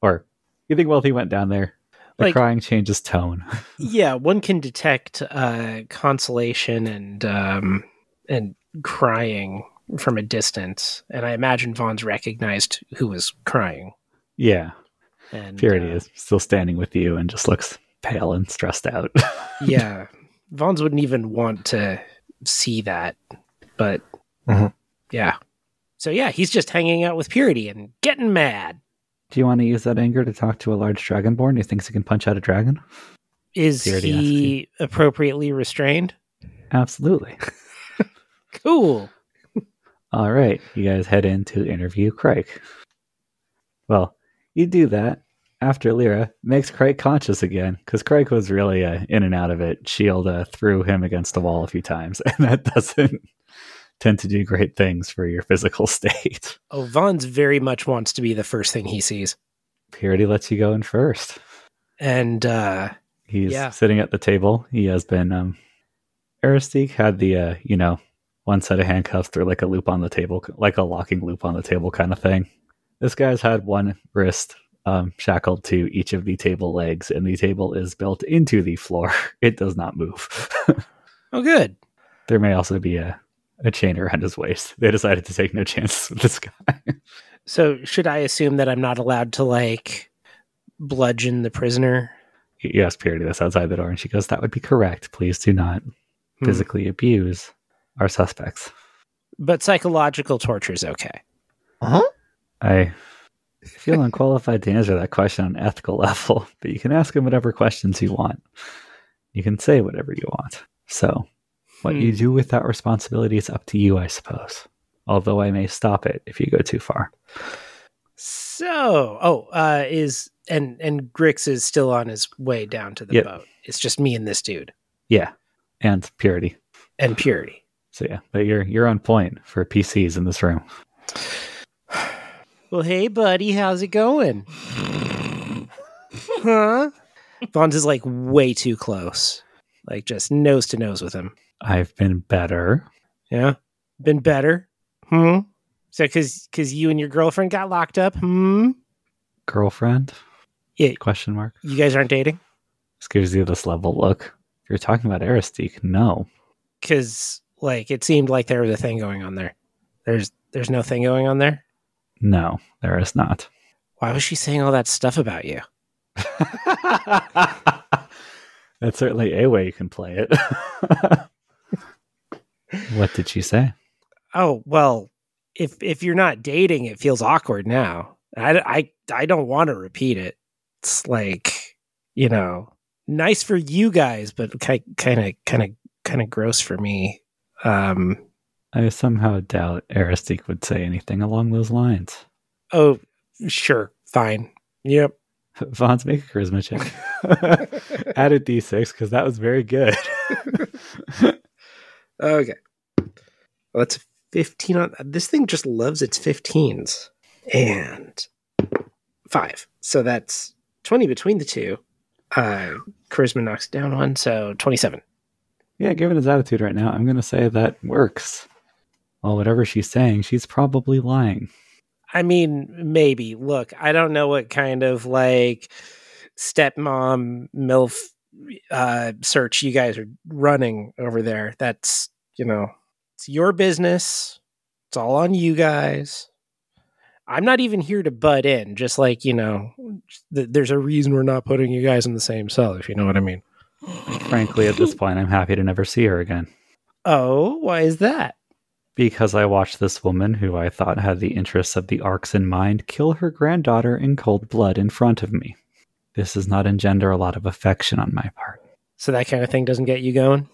Speaker 1: Or you think Wealthy went down there? The
Speaker 2: Like-
Speaker 1: crying changes tone.
Speaker 2: Yeah, one can detect uh, consolation and um, and crying from a distance, and I imagine Vaughn's recognized who was crying.
Speaker 1: yeah,
Speaker 2: And
Speaker 1: Purity
Speaker 2: uh,
Speaker 1: is still standing with you and just looks pale and stressed out.
Speaker 2: yeah, Vaughn's wouldn't even want to see that, but
Speaker 1: Mm-hmm.
Speaker 4: Mhm.
Speaker 2: yeah. So yeah, he's just hanging out with Purity and getting mad.
Speaker 1: Do you want to use that anger to talk to a large dragonborn who thinks he can punch out a dragon?
Speaker 2: Is
Speaker 1: Purity asks
Speaker 2: he appropriately restrained?
Speaker 1: Absolutely.
Speaker 2: Cool.
Speaker 1: All right, you guys head in to interview Crike. Well, you do that after Lyra makes Crike conscious again, because Crike was really uh, in and out of it. Shield uh, threw him against the wall a few times, and that doesn't tend to do great things for your physical state.
Speaker 2: Oh, Vaughn's very much wants to be the first thing he sees,
Speaker 1: Purity lets you go in first.
Speaker 2: and uh,
Speaker 1: He's
Speaker 2: Yeah.
Speaker 1: sitting at the table. He has been. Um, Aristique had the, uh, you know, one set of handcuffs through like a loop on the table, like a locking loop on the table kind of thing. This guy's had one wrist um, shackled to each of the table legs, and the table is built into the floor. It does not move.
Speaker 2: oh, good.
Speaker 1: there may also be a, a chain around his waist. They decided to take no chances with this guy.
Speaker 2: So should I assume that I'm not allowed to like bludgeon the prisoner?
Speaker 1: You ask Purity that's outside the door, and she goes, That would be correct. Please do not
Speaker 2: Hmm.
Speaker 1: physically abuse our suspects.
Speaker 2: But psychological torture is okay.
Speaker 4: Uh-huh.
Speaker 1: I feel unqualified to answer that question on an ethical level, but you can ask him whatever questions you want. You can say whatever you want. So, what you
Speaker 2: Hmm.
Speaker 1: do with that responsibility is up to you, I suppose. Although I may stop it if you go too far.
Speaker 2: So, oh, uh is and and Grix is still on his way down to the
Speaker 1: Yep.
Speaker 2: boat. It's just me and this dude
Speaker 1: Yeah, and purity.
Speaker 2: and Purity.
Speaker 1: So yeah, but you're you're on point for PCs in this room.
Speaker 2: Well, hey buddy, how's it going? huh? Vaughn's is like way too close, like just nose to nose with him.
Speaker 1: I've been better.
Speaker 2: Yeah, been better. Hmm. So because because you and your girlfriend got locked up. Hmm.
Speaker 1: Girlfriend?
Speaker 2: Yeah.
Speaker 1: Question mark.
Speaker 2: You guys aren't dating
Speaker 1: This gives you this level look. You're talking about Aristique. No.
Speaker 2: because like it seemed like there was a thing going on there. There's there's no thing going on there.
Speaker 1: No, there is not.
Speaker 2: Why was she saying all that stuff about you?
Speaker 1: That's certainly a way you can play it. what did she say?
Speaker 2: oh well if if you're not dating it feels awkward now i i, I don't want to repeat it it's like you know nice for you guys but kind of kind of kind of gross for me um
Speaker 1: I somehow doubt Aristique would say anything along those lines.
Speaker 2: oh sure fine yep
Speaker 1: Vons, make a charisma check. Add a d6 because that was very good.
Speaker 2: okay well, that's 15 on this thing just loves its 15s and five so that's 20 between the two uh charisma knocks down one so 27
Speaker 1: yeah, given his attitude right now, I'm going to say that works. Well, whatever she's saying, she's probably lying.
Speaker 2: I mean, maybe. Look, I don't know what kind of like stepmom MILF uh, search you guys are running over there. That's, you know, it's your business. It's all on you guys. I'm not even here to butt in, just like, you know, th- there's a reason we're not putting you guys in the same cell, if you know what I mean.
Speaker 1: Frankly, at this point, I'm happy to never see her again
Speaker 2: Oh, why is that?
Speaker 1: because I watched this woman who I thought had the interests of the Arks in mind kill her granddaughter in cold blood in front of me. This does not engender a lot of affection on my part.
Speaker 2: So that kind of thing doesn't get you going?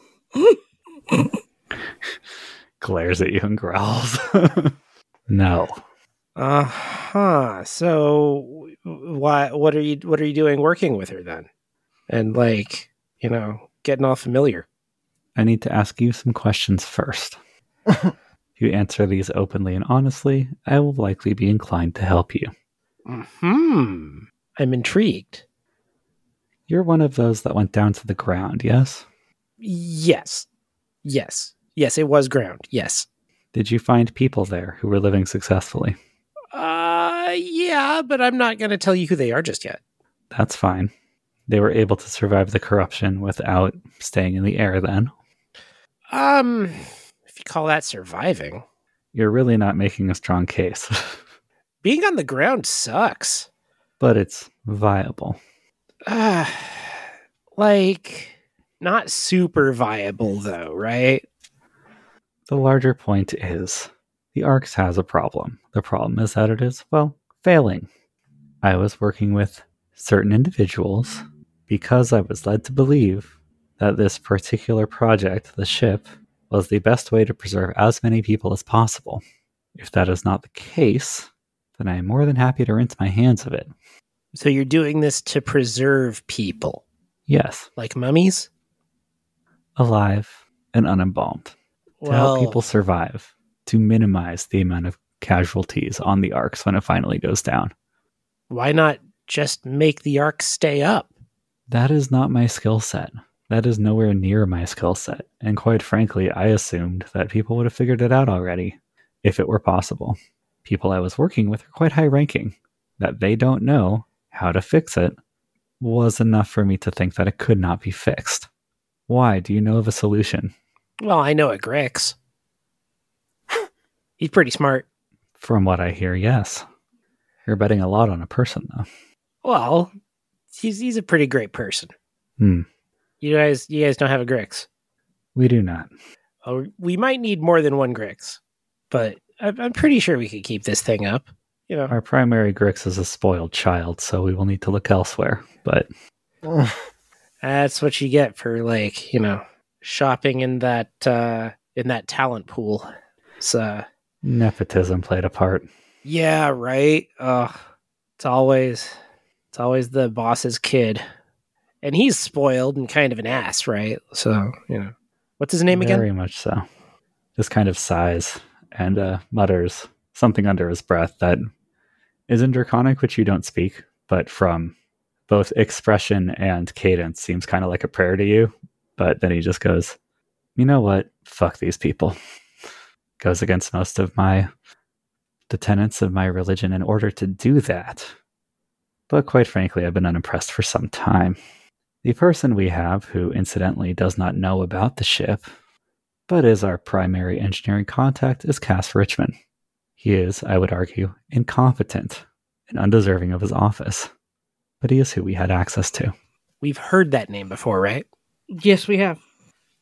Speaker 1: Glares at you and growls. no.
Speaker 2: Uh huh. So why? What are you? What are you doing working with her then? And like, you know, getting all familiar.
Speaker 1: I need to ask you some questions first. if you answer these openly and honestly, I will likely be inclined to help you.
Speaker 2: Hmm. I'm intrigued.
Speaker 1: You're one of those that went down to the ground, yes?
Speaker 2: Yes. Yes. Yes. It was ground. Yes.
Speaker 1: Did you find people there who were living successfully?
Speaker 2: Uh. Yeah. But I'm not going to tell you who they are just yet.
Speaker 1: That's fine. They were able to survive the corruption without staying in the air then.
Speaker 2: Um. If you call that surviving,
Speaker 1: You're really not making a strong case,
Speaker 2: being on the ground sucks.
Speaker 1: but it's viable.
Speaker 2: Uh, like, not super viable though, right?
Speaker 1: The larger point is the Arcs has a problem. The problem is that it is, well, failing. I was working with certain individuals because I was led to believe that this particular project, the ship, was the best way to preserve as many people as possible. If that is not the case, then I am more than happy to rinse my hands of it.
Speaker 2: So you're doing this to preserve people,
Speaker 1: Yes,
Speaker 2: like mummies.
Speaker 1: alive and unembalmed. to help people survive, to minimize the amount of casualties on the arcs when it finally goes down.
Speaker 2: why not just make the ark stay up?
Speaker 1: That is not my skill set. That is nowhere near my skill set. And quite frankly, I assumed that people would have figured it out already if it were possible. People I was working with are quite high ranking. That they don't know how to fix it was enough for me to think that it could not be fixed. Why? Do you know of a solution?
Speaker 2: Well, I know it, Grix. He's pretty smart.
Speaker 1: From what I hear, yes. You're betting a lot on a person, though.
Speaker 2: Well, he's he's a pretty great person.
Speaker 1: Hmm.
Speaker 2: You guys, you guys don't have a Grix.
Speaker 1: We do not.
Speaker 2: Oh, we might need more than one Grix, but I'm, I'm pretty sure we could keep this thing up. You know,
Speaker 1: Our primary Grix is a spoiled child, so we will need to look elsewhere. But
Speaker 2: that's what you get for like you know shopping in that uh in that talent pool. So.
Speaker 1: nepotism played a part.
Speaker 2: Yeah, right. Ugh. It's always it's always the boss's kid. And he's spoiled and kind of an ass, right? So, you know. What's his name again?
Speaker 1: Very much so. This kind of sighs and uh, mutters something under his breath that is in Draconic, which you don't speak, but from both expression and cadence seems kind of like a prayer to you, but then he just goes, "You know what? Fuck these people." goes against most of my the tenets of my religion in order to do that. But quite frankly, I've been unimpressed for some time. The person we have, who incidentally does not know about the ship, but is our primary engineering contact, is Cass Richmond. He is, I would argue, incompetent and undeserving of his office, but he is who we had access to.
Speaker 2: We've heard that name before, right?
Speaker 3: Yes, we have.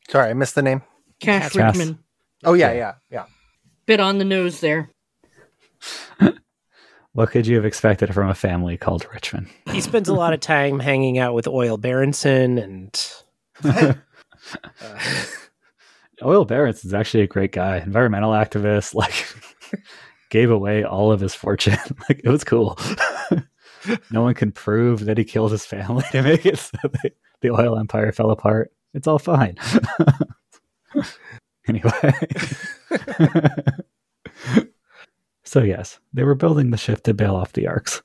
Speaker 4: Sorry, I missed the name.
Speaker 3: Cash
Speaker 2: Cash.
Speaker 3: Rickman.
Speaker 4: Oh yeah, yeah, yeah.
Speaker 3: Bit on the nose there.
Speaker 1: What could you have expected from a family called Richmond?
Speaker 2: He spends a lot of time hanging out with Oil Berenson and
Speaker 4: Uh,
Speaker 1: Oil Barons is actually a great guy, environmental activist, like gave away all of his fortune. like it was cool. no one can prove that he killed his family to make it so that the oil empire fell apart. It's all fine. anyway. so yes, they were building the ship to bail off the arcs.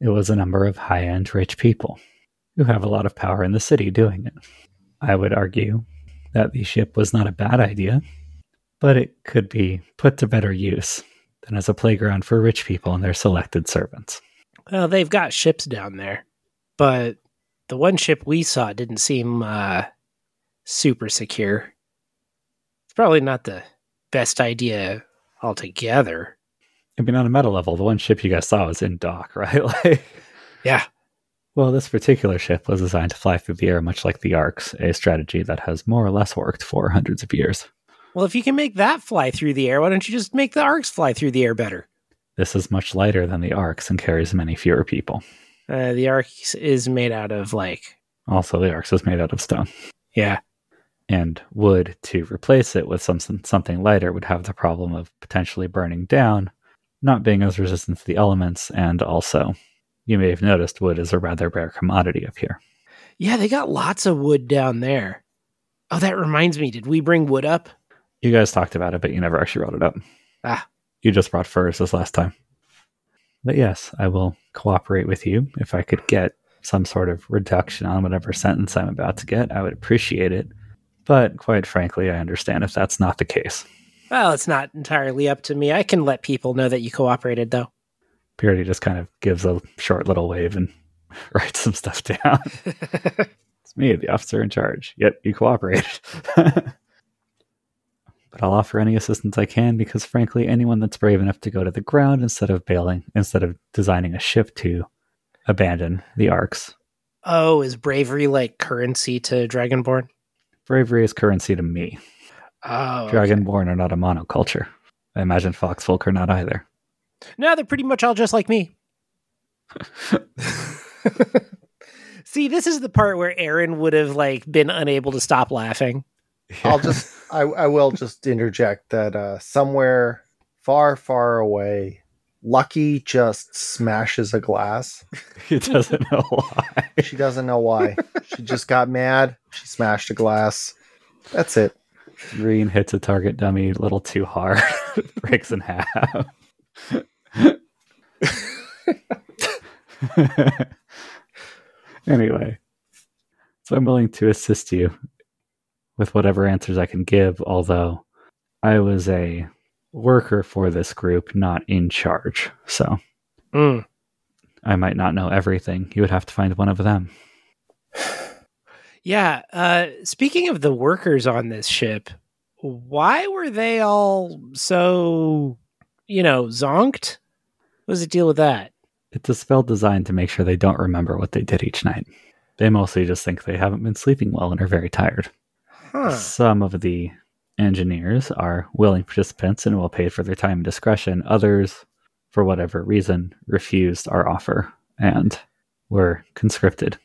Speaker 1: It was a number of high-end rich people who have a lot of power in the city doing it. I would argue that the ship was not a bad idea, but it could be put to better use than as a playground for rich people and their selected servants.
Speaker 2: well, they've got ships down there, but the one ship we saw didn't seem uh, super secure. It's probably not the best idea altogether.
Speaker 1: I mean, on a meta level, the one ship you guys saw was in dock, right? like,
Speaker 2: Yeah.
Speaker 1: well, this particular ship was designed to fly through the air, much like the Arcs, a strategy that has more or less worked for hundreds of years.
Speaker 2: Well, if you can make that fly through the air, why don't you just make the arcs fly through the air better?
Speaker 1: This is much lighter than the Arcs and carries many fewer people.
Speaker 2: Uh, the arc is made out of like,
Speaker 1: Also, the Arcs was made out of stone.
Speaker 2: yeah,
Speaker 1: and wood to replace it with something something lighter would have the problem of potentially burning down, not being as resistant to the elements, and also you may have noticed wood is a rather rare commodity up here.
Speaker 2: yeah. They got lots of wood down there. Oh, that reminds me. Did we bring wood up?
Speaker 1: You guys talked about it, but you never actually wrote it up.
Speaker 2: Ah.
Speaker 1: You just brought furs this last time. But yes, I will cooperate with you. If I could get some sort of reduction on whatever sentence I'm about to get, I would appreciate it. But quite frankly, I understand if that's not the case.
Speaker 2: Well, it's not entirely up to me. I can let people know that you cooperated, though.
Speaker 1: Purity just kind of gives a short little wave and writes some stuff down. it's me, the officer in charge. Yep, you cooperated. but I'll offer any assistance I can because frankly, anyone that's brave enough to go to the ground instead of bailing, instead of designing a ship to abandon the arcs.
Speaker 2: oh, is bravery like currency to Dragonborn?
Speaker 1: Bravery is currency to me.
Speaker 2: Oh, okay.
Speaker 1: Dragonborn are not a monoculture. I imagine Foxfolk are not either.
Speaker 2: No, they're pretty much all just like me. See, this is the part where Aaron would have like been unable to stop laughing.
Speaker 4: I'll just I, I will just interject that uh somewhere far, far away, Lucky just smashes a glass.
Speaker 1: he doesn't know why.
Speaker 4: She doesn't know why. she just got mad. She smashed a glass. That's it.
Speaker 1: Green hits a target dummy a little too hard, breaks in half. anyway, so I'm willing to assist you with whatever answers I can give, although I was a worker for this group, not in charge. So
Speaker 2: Mm.
Speaker 1: I might not know everything. You would have to find one of them.
Speaker 2: Yeah. Uh, speaking of the workers on this ship, why were they all so, you know, zonked? What was the deal with that?
Speaker 1: It's a spell designed to make sure they don't remember what they did each night. They mostly just think they haven't been sleeping well and are very tired.
Speaker 2: Huh.
Speaker 1: Some of the engineers are willing participants and will pay for their time and discretion. Others, for whatever reason, refused our offer and were conscripted.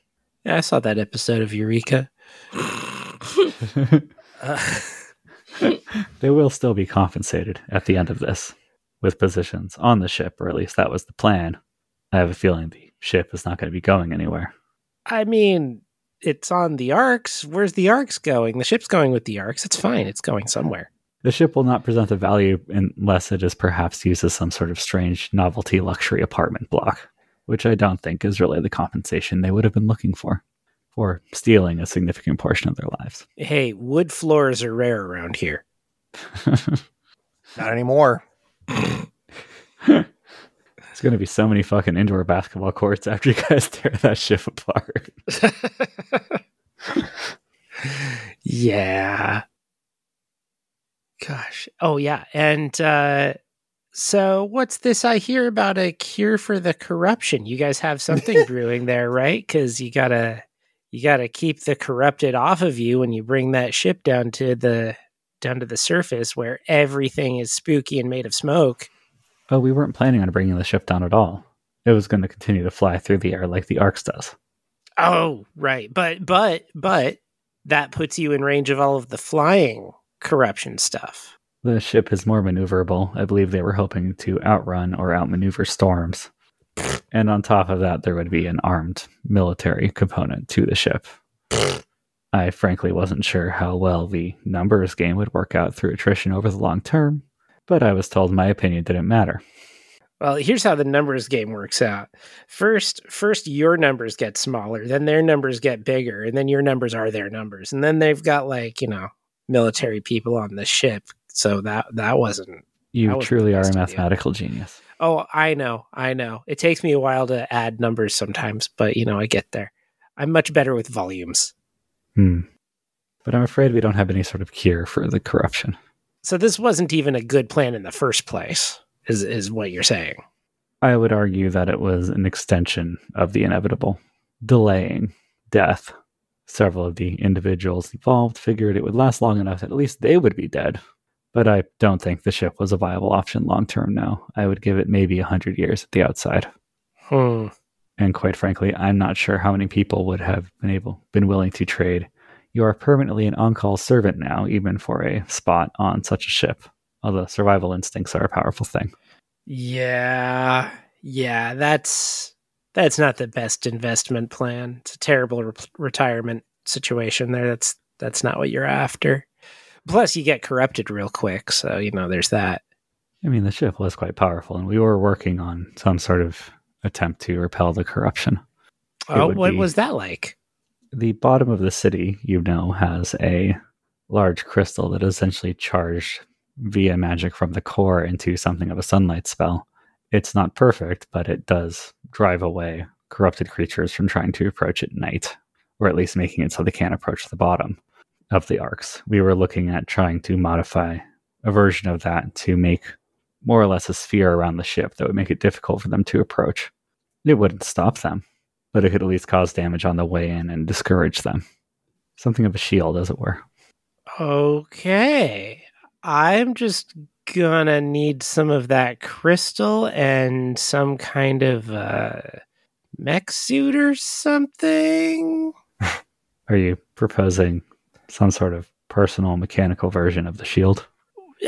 Speaker 2: Yeah, I saw that episode of Eureka. Uh,
Speaker 1: they will still be compensated at the end of this with positions on the ship, or at least that was the plan. I have a feeling the ship is not going to be going anywhere.
Speaker 2: I mean, it's on the arcs. Where's the arcs going? The ship's going with the arcs. It's fine. It's going somewhere.
Speaker 1: The ship will not present a value unless it is perhaps used as some sort of strange novelty luxury apartment block. which I don't think is really the compensation they would have been looking for for stealing a significant portion of their lives.
Speaker 2: Hey, wood floors are rare around here.
Speaker 4: Not anymore.
Speaker 1: There's going to be so many fucking indoor basketball courts after you guys tear that shit apart.
Speaker 2: yeah. Gosh. Oh yeah. And uh so what's this I hear about a cure for the corruption? You guys have something brewing there, right? Cuz you got to you got to keep the corrupted off of you when you bring that ship down to the down to the surface where everything is spooky and made of smoke.
Speaker 1: Oh, we weren't planning on bringing the ship down at all. It was going to continue to fly through the air like the Arx does.
Speaker 2: Oh, right. But but but that puts you in range of all of the flying corruption stuff.
Speaker 1: The ship is more maneuverable. I believe they were hoping to outrun or outmaneuver storms. And on top of that, there would be an armed military component to the ship. I frankly wasn't sure how well the numbers game would work out through attrition over the long term, but I was told my opinion didn't matter.
Speaker 2: Well, here's how the numbers game works out. First, first your numbers get smaller, then their numbers get bigger, and then your numbers are their numbers. And then they've got like, you know, military people on the ship. So that that wasn't That
Speaker 1: You
Speaker 2: was the
Speaker 1: truly are
Speaker 2: best
Speaker 1: a
Speaker 2: idea.
Speaker 1: mathematical genius.
Speaker 2: Oh, I know. I know. It takes me a while to add numbers sometimes, but you know, I get there. I'm much better with volumes.
Speaker 1: Hmm. But I'm afraid we don't have any sort of cure for the corruption.
Speaker 2: So this wasn't even a good plan in the first place, is is what you're saying.
Speaker 1: I would argue that it was an extension of the inevitable, delaying death. Several of the individuals involved figured it would last long enough that at least they would be dead. But I don't think the ship was a viable option long term now. I would give it maybe 100 years at the outside.
Speaker 2: Hmm.
Speaker 1: And quite frankly, I'm not sure how many people would have been able been willing to trade. You are permanently an on-call servant now, even for a spot on such a ship. Although survival instincts are a powerful thing.
Speaker 2: Yeah. Yeah, that's that's not the best investment plan. It's a terrible re- retirement situation there. That's that's not what you're after. Plus you get corrupted real quick, so you know, there's that.
Speaker 1: I mean, the ship was quite powerful, and we were working on some sort of attempt to repel the corruption. It
Speaker 2: Oh,
Speaker 1: would
Speaker 2: what
Speaker 1: be-
Speaker 2: was that like?
Speaker 1: The bottom of the city, you know, has a large crystal that is essentially charged via magic from the core into something of a sunlight spell. It's not perfect, but it does drive away corrupted creatures from trying to approach at night, or at least making it so they can't approach the bottom of the arcs. We were looking at trying to modify a version of that to make more or less a sphere around the ship that would make it difficult for them to approach. It wouldn't stop them, but it could at least cause damage on the way in and discourage them. Something of a shield, as it were.
Speaker 2: Okay. I'm just gonna need some of that crystal and some kind of uh mech suit or something.
Speaker 1: Are you proposing some sort of personal mechanical version of the shield?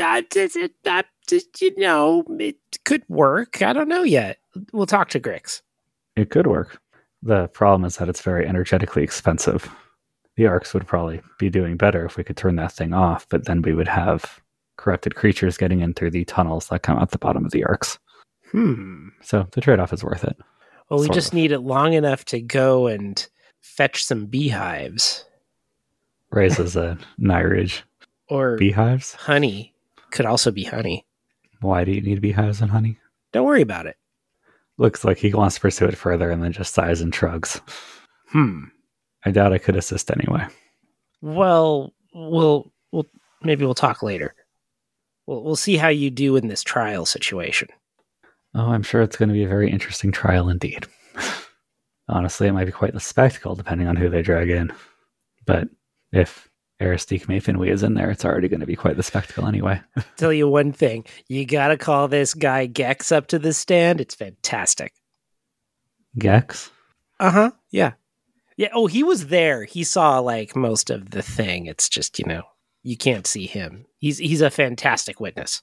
Speaker 2: I, it, it, I, it, you know, it could work. I don't know yet. We'll talk to Grix.
Speaker 1: It could work. The problem is that it's very energetically expensive. The arcs would probably be doing better if we could turn that thing off, but then we would have corrupted creatures getting in through the tunnels that come out the bottom of the arcs.
Speaker 2: Hmm.
Speaker 1: So the trade off is worth it.
Speaker 2: Well, we
Speaker 1: Sort
Speaker 2: just
Speaker 1: of.
Speaker 2: need it long enough to go and fetch some beehives
Speaker 1: Raises a Nyrage.
Speaker 2: or
Speaker 1: Beehives?
Speaker 2: honey. Could also be honey.
Speaker 1: Why do you need beehives and honey?
Speaker 2: Don't worry about it.
Speaker 1: Looks like he wants to pursue it further and then just sighs and shrugs.
Speaker 2: Hmm.
Speaker 1: I doubt I could assist anyway.
Speaker 2: Well, we'll we'll maybe we'll talk later. We'll we'll see how you do in this trial situation.
Speaker 1: Oh, I'm sure it's going to be a very interesting trial indeed. Honestly, it might be quite the spectacle depending on who they drag in. But if Aristique Mayfinwe is in there, it's already going to be quite the spectacle anyway.
Speaker 2: Tell you one thing, you gotta call this guy Gex up to the stand. It's fantastic.
Speaker 1: Gex?
Speaker 2: Uh huh. Yeah. Yeah. Oh, he was there. He saw like most of the thing. It's just you know you can't see him. He's he's a fantastic witness.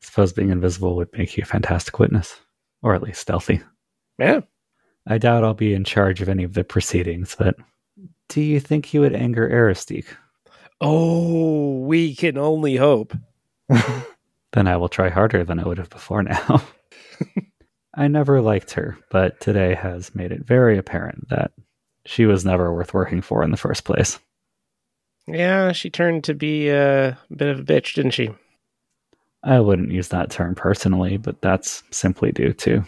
Speaker 1: Suppose being invisible would make you a fantastic witness, or at least stealthy.
Speaker 2: Yeah.
Speaker 1: I doubt I'll be in charge of any of the proceedings, but do you think he would anger Aristique?
Speaker 2: Oh, we can only hope.
Speaker 1: Then I will try harder than I would have before now. I never liked her, but today has made it very apparent that she was never worth working for in the first place.
Speaker 2: Yeah, she turned to be a bit of a bitch, didn't she?
Speaker 1: I wouldn't use that term personally, but that's simply due to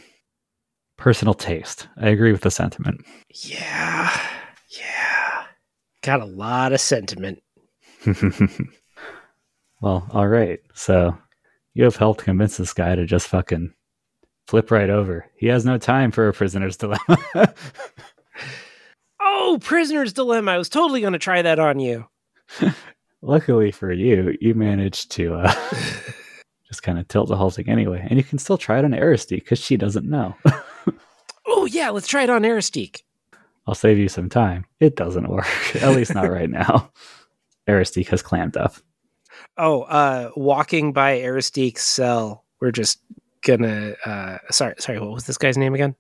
Speaker 1: personal taste. I agree with the sentiment.
Speaker 2: Yeah. Yeah. Got a lot of sentiment.
Speaker 1: well, all right. So you have helped convince this guy to just fucking flip right over. He has no time for a prisoner's dilemma.
Speaker 2: Oh, Prisoner's Dilemma. I was totally going to try that on you.
Speaker 1: Luckily for you, you managed to uh, just kind of tilt the whole thing anyway. And you can still try it on Aristique because she doesn't know.
Speaker 2: Oh, yeah, let's try it on Aristique.
Speaker 1: I'll save you some time. It doesn't work, at least not right now. Aristique has clammed up.
Speaker 2: Oh, uh, walking by Aristique's cell. We're just going to. Uh, sorry, sorry, what was this guy's name again?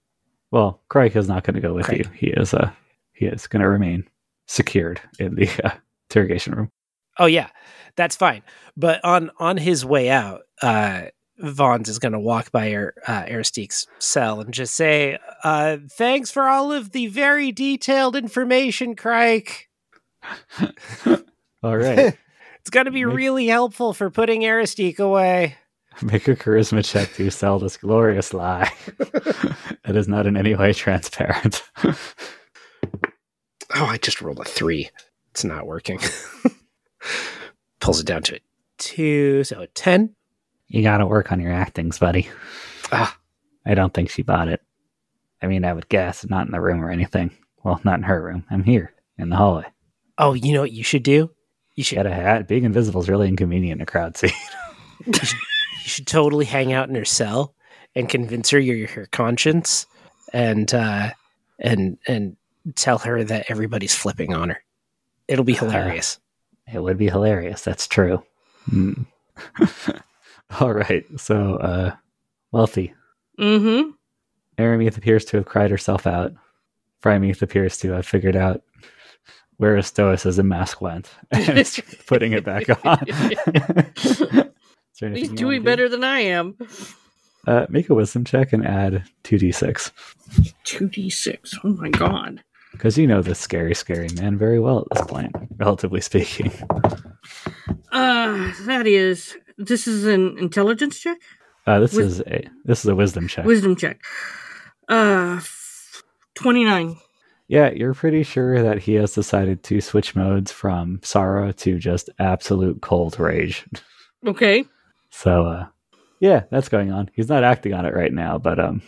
Speaker 1: Well, Craig is not going to go with
Speaker 2: Craig.
Speaker 1: you. He is uh, he is going to remain secured in the uh, interrogation room.
Speaker 2: Oh yeah, that's fine. But on on his way out, uh, Vons is going to walk by Ar- uh, Aristique's cell and just say, uh, "Thanks for all of the very detailed information, Crike.
Speaker 1: All right,
Speaker 2: It's going to be
Speaker 1: Make-
Speaker 2: really helpful for putting Aristique away."
Speaker 1: make a charisma check to sell this glorious lie. it is not in any way transparent.
Speaker 2: Oh, I just rolled a three. It's not working. Pulls it down to a two, so a ten.
Speaker 1: You got to work on your actings, buddy.
Speaker 2: Ah.
Speaker 1: I don't think she bought it. I mean, I would guess, not in the room or anything. Well, not in her room. I'm here in the hallway.
Speaker 2: Oh, you know what you should do? You should
Speaker 1: Get a hat. Being invisible is really inconvenient in a crowd scene.
Speaker 2: you should totally hang out in her cell and convince her you're her conscience and uh and and tell her that everybody's flipping on her it'll be hilarious
Speaker 1: It would be hilarious. That's true. Hmm. All right. So, uh, wealthy.
Speaker 3: Mm-hmm.
Speaker 1: Arameeth appears to have cried herself out. Frymeeth appears to have figured out where a stoicism mask went and is putting it back on. Is there anything you
Speaker 3: He's
Speaker 1: wanna
Speaker 3: doing
Speaker 1: do?
Speaker 3: better than I am.
Speaker 1: Uh, make a wisdom check and add 2d6
Speaker 3: Two d six. Oh my god.
Speaker 1: because you know this scary, scary man very well at this point, relatively speaking.
Speaker 3: Uh, that is. This is an intelligence check.
Speaker 1: Uh, this
Speaker 3: Wis-
Speaker 1: is a this is a wisdom check.
Speaker 3: Wisdom check. Uh, twenty nine.
Speaker 1: Yeah, you're pretty sure that he has decided to switch modes from sorrow to just absolute cold rage.
Speaker 3: Okay.
Speaker 1: So, uh, yeah, that's going on. He's not acting on it right now, but um,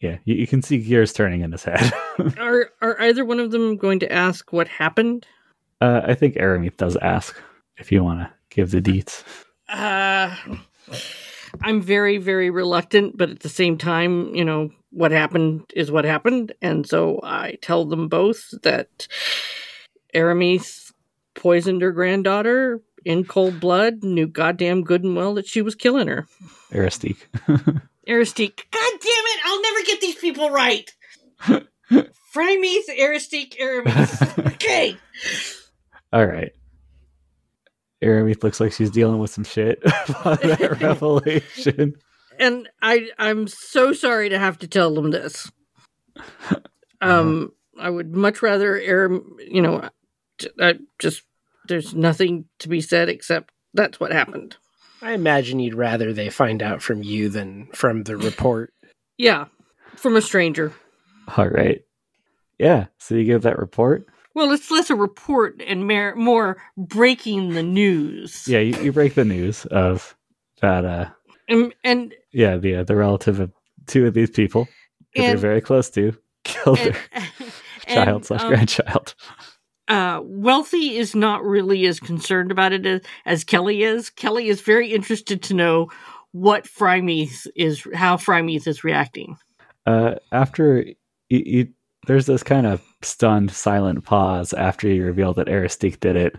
Speaker 1: yeah, you, you can see gears turning in his head.
Speaker 3: Are are either one of them going to ask what happened?
Speaker 1: uh, I think Arameeth does ask if you want to give the deets.
Speaker 3: Uh, I'm very very reluctant, but at the same time, you know what happened is what happened, and so I tell them both that Aramis poisoned her granddaughter in cold blood. Knew goddamn good and well that she was killing her.
Speaker 1: Aristique.
Speaker 3: Aristique. God damn it! I'll never get these people right. Frymeath, Aristique, Aramis. okay.
Speaker 1: All right. Arameeth looks like she's dealing with some shit about that revelation.
Speaker 3: and I I'm so sorry to have to tell them this.
Speaker 1: Uh-huh.
Speaker 3: Um, I would much rather air. You know, j- I just there's nothing to be said except that's what happened.
Speaker 2: i imagine you'd rather they find out from you than from the report
Speaker 3: Yeah, from a stranger.
Speaker 1: All right. Yeah. So you give that report.
Speaker 3: Well, it's less a report and mer- more breaking the news.
Speaker 1: Yeah, you, you break the news of that. Uh,
Speaker 3: and and
Speaker 1: yeah, the uh, the relative of two of these people that they're
Speaker 3: and,
Speaker 1: very close to killed
Speaker 3: and,
Speaker 1: their
Speaker 3: and,
Speaker 1: child slash
Speaker 3: um,
Speaker 1: grandchild.
Speaker 3: uh, Wealthy is not really as concerned about it as, as Kelly is. Kelly is very interested to know what Frymeath is, how Frymeath is reacting.
Speaker 1: Uh, after you, you, there's this kind of stunned, silent pause after you reveal that Aristique did it.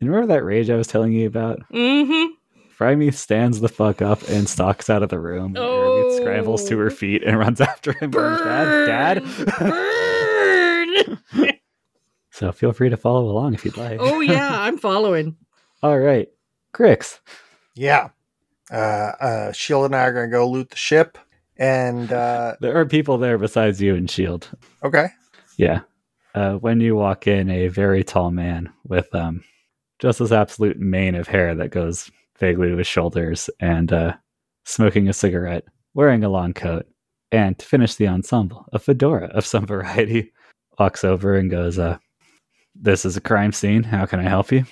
Speaker 1: And remember that rage I was telling you about?
Speaker 3: Mm-hmm.
Speaker 1: Frymeath stands the fuck up and stalks out of the room. Arameeth scrambles to her
Speaker 3: Oh.
Speaker 1: feet and runs after him. Burns, Dad, dad.
Speaker 3: Burn!
Speaker 1: so feel free to follow along if you'd like.
Speaker 3: oh yeah, I'm following.
Speaker 1: All right, Grix.
Speaker 4: Yeah. uh, uh, Shield and I are going to go loot the ship. And uh,
Speaker 1: There are people there besides you and Shield.
Speaker 4: okay,
Speaker 1: Yeah. Uh, when you walk in, a very tall man with um, just this absolute mane of hair that goes vaguely to his shoulders and uh, smoking a cigarette, wearing a long coat, and to finish the ensemble, a fedora of some variety, walks over and goes, uh, This is a crime scene. How can I help you?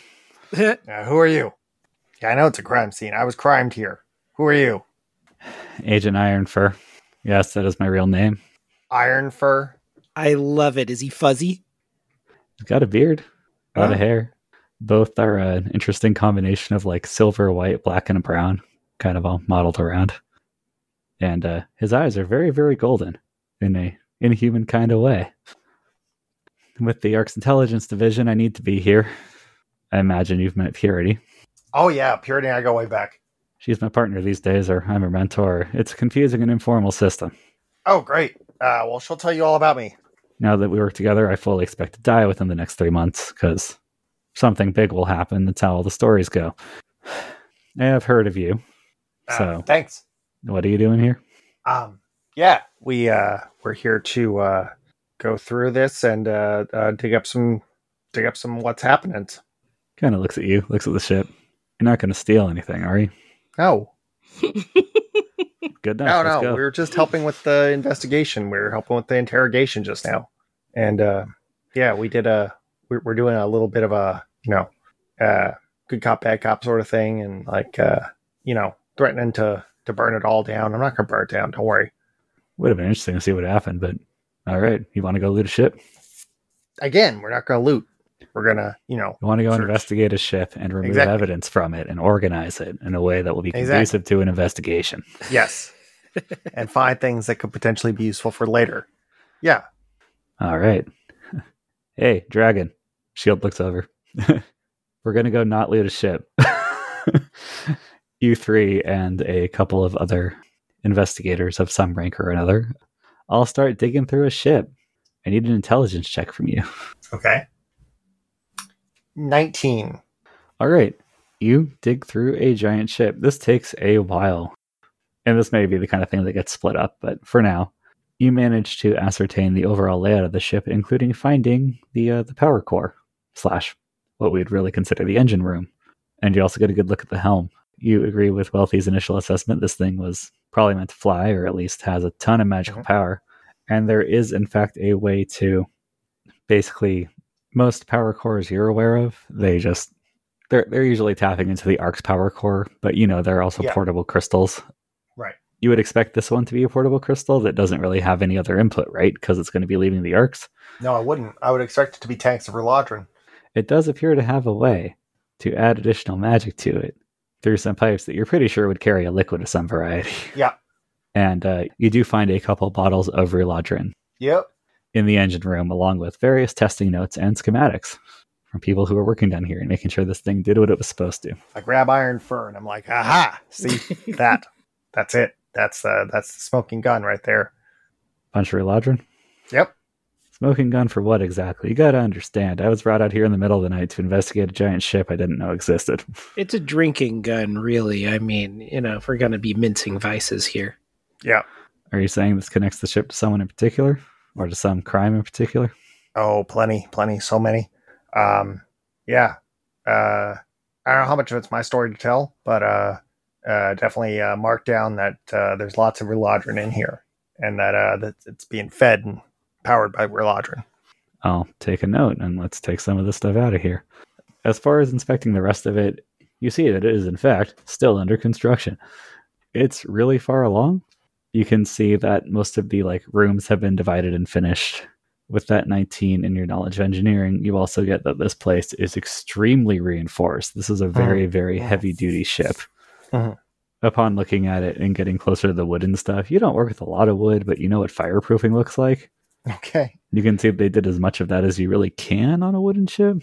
Speaker 4: uh, who are you? Yeah, I know it's a crime scene. I was crimed here. Who are you?
Speaker 1: Agent Iron Fur. Yes, that is my real name.
Speaker 4: Iron Fur?
Speaker 2: I love it. Is he fuzzy?
Speaker 1: He's got a beard, a lot
Speaker 4: Huh.
Speaker 1: of hair. Both are uh, an interesting combination of like silver, white, black, and brown, kind of all modeled around. And uh, his eyes are very, very golden in a inhuman kind of way. With the Ark's Intelligence Division, I need to be here. I imagine you've met Purity.
Speaker 4: Oh, yeah, Purity and I go way back.
Speaker 1: She's my partner these days, or I'm her mentor. It's a confusing and informal system.
Speaker 4: Oh, great. Uh, well, she'll tell you all about me.
Speaker 1: now that we work together, I fully expect to die within the next three months because something big will happen. That's how all the stories go. I have heard of you.
Speaker 4: Uh,
Speaker 1: So,
Speaker 4: thanks.
Speaker 1: what are you doing here?
Speaker 4: Um, yeah, we uh, we're here to uh, go through this and uh, uh, dig up some dig up some what's happening.
Speaker 1: Kind of looks at you, looks at the ship. You're not going to steal anything, are you?
Speaker 4: No,
Speaker 1: Good
Speaker 4: no,
Speaker 1: enough.
Speaker 4: no.
Speaker 1: Let's go.
Speaker 4: We were just helping with the investigation. We were helping with the interrogation just now, and uh, yeah, we did a we're, we're doing a little bit of a you know uh, good cop bad cop sort of thing, and like uh, you know threatening to to burn it all down. I'm not going to burn it down. Don't worry.
Speaker 1: Would have been interesting to see what happened, but all right. You want to go loot a ship?
Speaker 4: Again, we're not going to loot. We're gonna you know
Speaker 1: You want to go
Speaker 4: Search.
Speaker 1: investigate a ship and remove
Speaker 4: Exactly.
Speaker 1: evidence from it and organize it in a way that will be
Speaker 4: Exactly.
Speaker 1: conducive to an investigation.
Speaker 4: Yes. and find things that could potentially be useful for later. Yeah.
Speaker 1: All right. Hey, dragon. Shield looks over. We're going to go not loot a ship. you three and a couple of other investigators of some rank or another. I'll start digging through a ship. I need an intelligence check from you.
Speaker 4: Okay. 19.
Speaker 1: All right. You dig through a giant ship. This takes a while. And this may be the kind of thing that gets split up, but for now, you manage to ascertain the overall layout of the ship, including finding the uh, the power core slash what we'd really consider the engine room. And you also get a good look at the helm. You agree with Wealthy's initial assessment. This thing was probably meant to fly, or at least has a ton of magical
Speaker 4: Mhm.
Speaker 1: power. And there is, in fact, a way to basically most power cores you're aware of. They just they're they're usually tapping into the Ark's power core, but you know they're also
Speaker 4: Yeah.
Speaker 1: portable crystals.
Speaker 4: Right.
Speaker 1: You would expect this one to be a portable crystal that doesn't really have any other input, right? Because it's going to be leaving the Ark's.
Speaker 4: No, I wouldn't. I would expect it to be tanks of Reladrin.
Speaker 1: It does appear to have a way to add additional magic to it through some pipes that you're pretty sure would carry a liquid of some variety.
Speaker 4: Yeah.
Speaker 1: And uh, you do find a couple bottles of Reladrin
Speaker 4: Yep.
Speaker 1: in the engine room, along with various testing notes and schematics from people who are working down here and making sure this thing did what it was supposed to.
Speaker 4: I grab Iron Fur and I'm like, aha, see that. That's it. That's uh that's the smoking gun right there.
Speaker 1: Bunch of Reladrin?
Speaker 4: Yep.
Speaker 1: Smoking gun for what exactly? You gotta understand. I was brought out here in the middle of the night to investigate a giant ship I didn't know existed.
Speaker 2: It's a drinking gun, really. I mean, you know, if we're going to be mincing vices here.
Speaker 4: Yeah.
Speaker 1: Are you saying this connects the ship to someone in particular? Or to some crime in particular?
Speaker 4: Oh, plenty, plenty, so many. Um yeah. Uh I don't know how much of it's my story to tell, but uh uh definitely uh mark down that uh there's lots of Reladrin in here and that uh that it's being fed and powered by Reladrin.
Speaker 1: I'll take a note and let's take some of this stuff out of here. As far as inspecting the rest of it, you see that it is, in fact, still under construction. It's really far along. You can see that most of the like rooms have been divided and finished. With that 19 in your knowledge of engineering, you also get that this place is extremely reinforced. This is a very, very
Speaker 4: Mhm.
Speaker 1: heavy duty ship.
Speaker 4: Mhm.
Speaker 1: Upon looking at it and getting closer to the wood and stuff, you don't work with a lot of wood, but you know what fireproofing looks like.
Speaker 4: Okay.
Speaker 1: You can see they did as much of that as you really can on a wooden ship.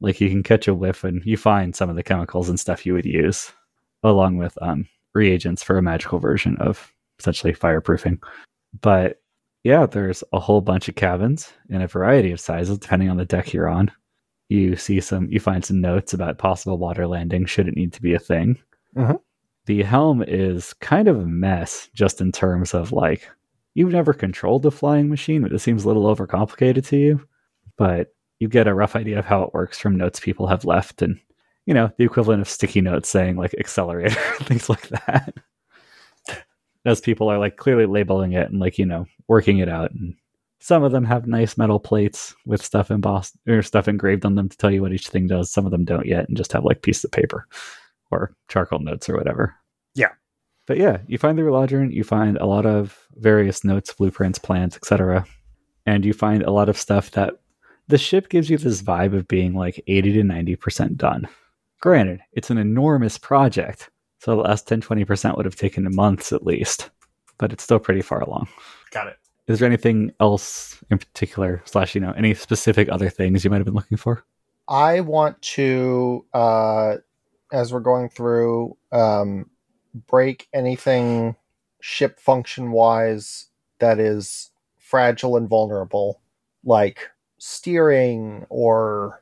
Speaker 1: Like you can catch a whiff and you find some of the chemicals and stuff you would use, along with um, reagents for a magical version of essentially fireproofing. But yeah, there's a whole bunch of cabins in a variety of sizes, depending on the deck you're on. You see some, you find some notes about possible water landing should it need to be a thing.
Speaker 4: Mhm.
Speaker 1: The helm is kind of a mess, just in terms of like, you've never controlled the flying machine, but this seems a little overcomplicated to you. But you get a rough idea of how it works from notes people have left and, you know, the equivalent of sticky notes saying like accelerator, things like that. As people are like clearly labeling it and like, you know, working it out. And some of them have nice metal plates with stuff embossed or stuff engraved on them to tell you what each thing does. Some of them don't yet and just have like pieces of paper or charcoal notes or whatever.
Speaker 4: Yeah.
Speaker 1: But yeah, you find the Relogeron, you find a lot of various notes, blueprints, plans, etc. And you find a lot of stuff that the ship gives you this vibe of being like 80 to 90% done. Granted, it's an enormous project. So the last 10 20% would have taken months at least, but it's still pretty far along
Speaker 4: Got it.
Speaker 1: is there anything else in particular slash you know any specific other things you might have been looking for
Speaker 4: I want to, uh, as we're going through, um, break anything ship function wise that is fragile and vulnerable, like steering or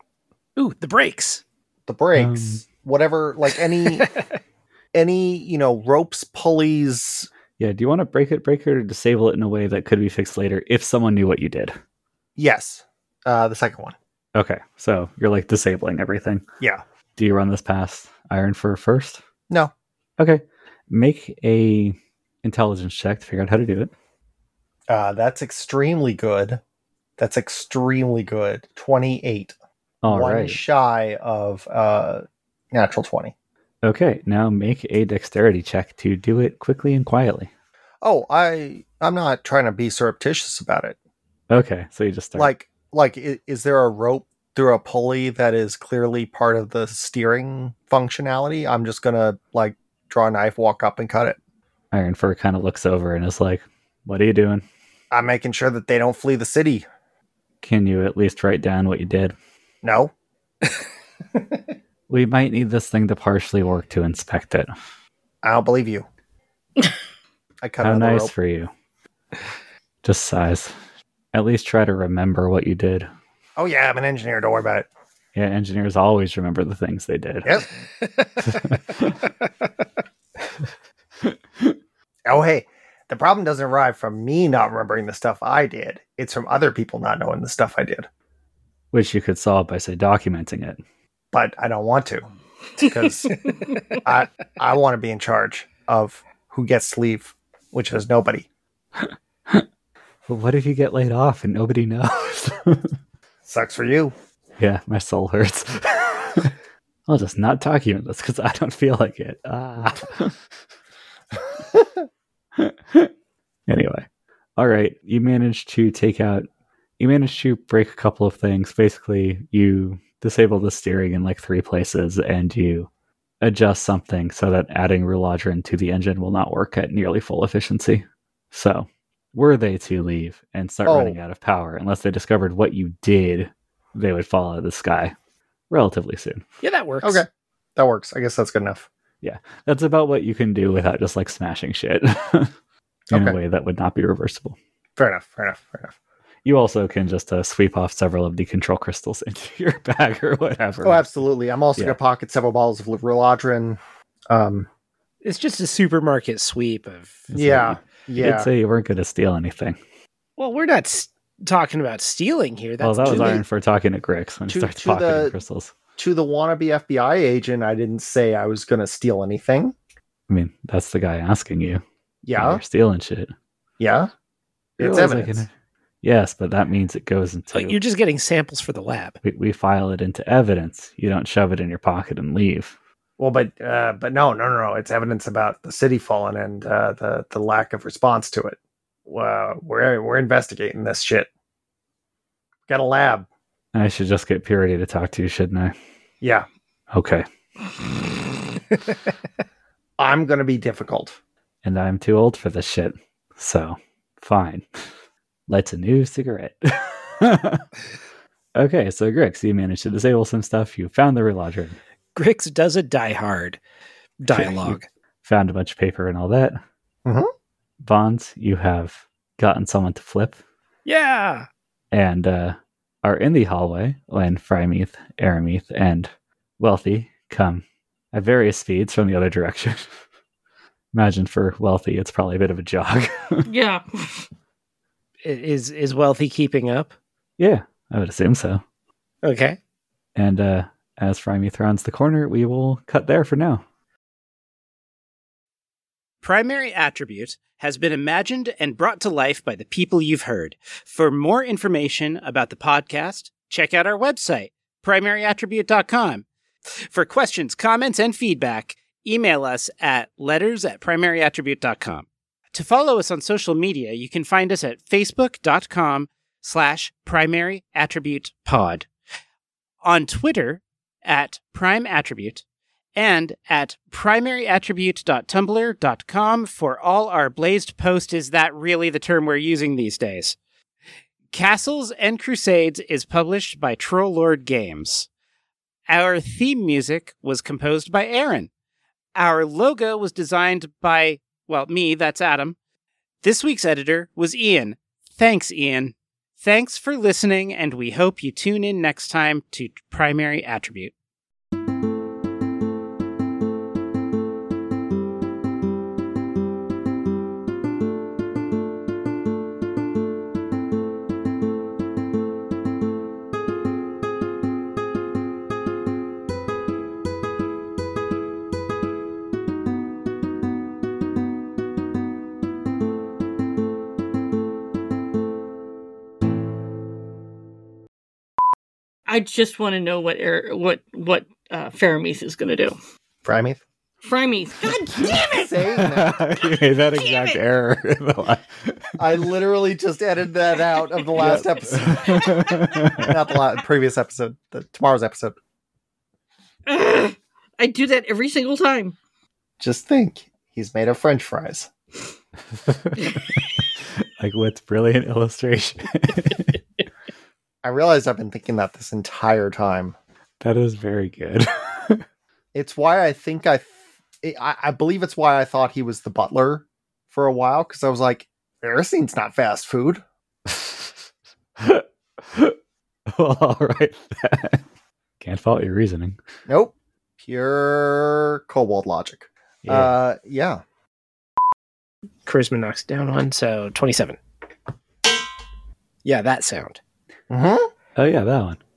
Speaker 2: Ooh, the brakes.
Speaker 4: the brakes, whatever, like any any you know ropes, pulleys.
Speaker 1: yeah do you want to break it break it or disable it in a way that could be fixed later if someone knew what you did
Speaker 4: Yes, uh, the second one.
Speaker 1: okay so you're like disabling everything
Speaker 4: Yeah.
Speaker 1: do you run this past iron fur first
Speaker 4: No.
Speaker 1: okay make a intelligence check to figure out how to do it
Speaker 4: Uh, that's extremely good. That's extremely good. Twenty eight.
Speaker 1: All
Speaker 4: One
Speaker 1: right.
Speaker 4: shy of uh, natural twenty.
Speaker 1: okay now make a dexterity check to do it quickly and quietly
Speaker 4: Oh, I I'm not trying to be surreptitious about it.
Speaker 1: okay so you just start
Speaker 4: Like like i- is there a rope through a pulley that is clearly part of the steering functionality? I'm just gonna like draw a knife, walk up, and cut it.
Speaker 1: iron fur kind of looks over and is like what are you doing
Speaker 4: I'm making sure that they don't flee the city.
Speaker 1: can you at least write down what you did
Speaker 4: No.
Speaker 1: We might need this thing to partially work to inspect it.
Speaker 4: I don't believe you. I cut
Speaker 1: How
Speaker 4: out
Speaker 1: nice
Speaker 4: the rope.
Speaker 1: for you. Just sighs. At least try to remember what you did.
Speaker 4: Oh yeah, I'm an engineer. Don't worry about it.
Speaker 1: Yeah, engineers always remember the things they did.
Speaker 4: Yep. Oh hey, the problem doesn't arrive from me not remembering the stuff I did. It's from other people not knowing the stuff I did.
Speaker 1: Which you could solve by, say, documenting it.
Speaker 4: But I don't want to because I I want to be in charge of who gets to leave, which is nobody.
Speaker 1: But what if you get laid off and nobody knows?
Speaker 4: Sucks for you.
Speaker 1: yeah, my soul hurts. I'll just not document this because I don't feel like it. Ah. anyway, all right. You managed to take out. You managed to break a couple of things. Basically, you disable the steering in like three places, and you adjust something so that adding Rulodrin to the engine will not work at nearly full efficiency. So, were they to leave and start
Speaker 4: Oh.
Speaker 1: running out of power, unless they discovered what you did, they would fall out of the sky relatively soon.
Speaker 2: Yeah, that works.
Speaker 4: Okay, that works. I guess that's good enough.
Speaker 1: That's about what you can do without just like smashing shit in
Speaker 4: Okay.
Speaker 1: a way that would not be reversible.
Speaker 4: Fair enough. Fair enough. Fair enough.
Speaker 1: You also can just uh, sweep off several of the control crystals into your bag or whatever.
Speaker 4: Oh, absolutely. I'm also
Speaker 1: Yeah.
Speaker 4: gonna pocket several bottles of Rilodrin. Um.
Speaker 2: It's just a supermarket sweep of.
Speaker 1: It's
Speaker 4: yeah.
Speaker 1: like you
Speaker 4: Yeah.
Speaker 1: did say you weren't going to steal anything.
Speaker 2: Well, we're not s- talking about stealing here.
Speaker 1: well,
Speaker 2: That's
Speaker 1: that was
Speaker 4: to the-
Speaker 1: Iron for talking to Grix when he
Speaker 4: to-
Speaker 1: starts
Speaker 4: to
Speaker 1: pocketing
Speaker 4: the-
Speaker 1: crystals.
Speaker 4: to the wannabe FBI agent, I didn't say I was gonna steal anything.
Speaker 1: I mean, that's the guy asking you.
Speaker 4: Yeah.
Speaker 1: You're stealing shit.
Speaker 4: Yeah.
Speaker 1: You
Speaker 4: It's
Speaker 1: realize I
Speaker 4: evidence.
Speaker 1: can- Yes, but that means it goes
Speaker 2: Oh,
Speaker 1: into.
Speaker 2: you're just getting samples for the lab.
Speaker 1: we, we file it into evidence. You don't shove it in your pocket and leave.
Speaker 4: Well, but uh, but no, no, no, no. It's evidence about the city falling and uh, the the lack of response to it. Well, we're we're investigating this shit. Got a lab.
Speaker 1: I should just get Purity to talk to you, shouldn't I?
Speaker 4: Yeah,
Speaker 1: Okay.
Speaker 4: I'm gonna be difficult.
Speaker 1: And I'm too old for this shit. So, fine. Let's a new cigarette. okay, so Grix, you managed to disable some stuff. You found the reloger,
Speaker 2: Grix does a Die Hard dialogue.
Speaker 1: found a bunch of paper and all that.
Speaker 4: Mhm.
Speaker 1: Bonds, you have gotten someone to flip
Speaker 2: yeah.
Speaker 1: and uh, are in the hallway when Frymeath, Arameath, and Wealthy come at various speeds from the other direction. Imagine for wealthy, it's probably a bit of a jog.
Speaker 3: Yeah.
Speaker 5: I- Is is wealthy keeping up?
Speaker 1: yeah, I would assume so.
Speaker 5: Okay.
Speaker 1: And uh, as Frymy rounds the corner, we will cut there for now.
Speaker 2: Primary Attribute has been imagined and brought to life by the people you've heard. For more information about the podcast, check out our website, primaryattribute.com. For questions, comments, and feedback, email us at letters at primaryattribute.com. To follow us on social media, you can find us at facebook.com slash primary attribute pod, on Twitter at prime attribute, and at primaryattribute.tumblr.com for all our blazed post is that really the term we're using these days castles and crusades is published by troll lord games our theme music was composed by aaron our logo was designed by well me that's adam this week's editor was ian thanks ian thanks for listening and we hope you tune in next time to primary attribute
Speaker 3: I just want to know what Eric, what what uh, Faramis is going to do.
Speaker 4: Frymeath?
Speaker 3: Frymeath. God damn it!
Speaker 4: Saying that.
Speaker 1: you made that exact
Speaker 3: it.
Speaker 1: error. in the la-
Speaker 4: I literally just edited that out of the last
Speaker 1: Yep.
Speaker 4: episode. Not the la- previous episode, the tomorrow's episode.
Speaker 3: Ugh. I do that every single time.
Speaker 4: Just think, he's made of french fries.
Speaker 1: like what's brilliant illustration.
Speaker 4: I realized I've been thinking that this entire time.
Speaker 1: that is very good.
Speaker 4: It's why I think I, th- I, I believe it's why I thought he was the butler for a while because I was like, Erisine's not fast food.
Speaker 1: well, all right. Can't fault your reasoning.
Speaker 3: Uh,
Speaker 4: Nope, pure kobold logic. Uh, yeah.
Speaker 5: Charisma knocks down one, so 27. Yeah, that sound.
Speaker 4: Mm-hmm.
Speaker 1: oh yeah, that one.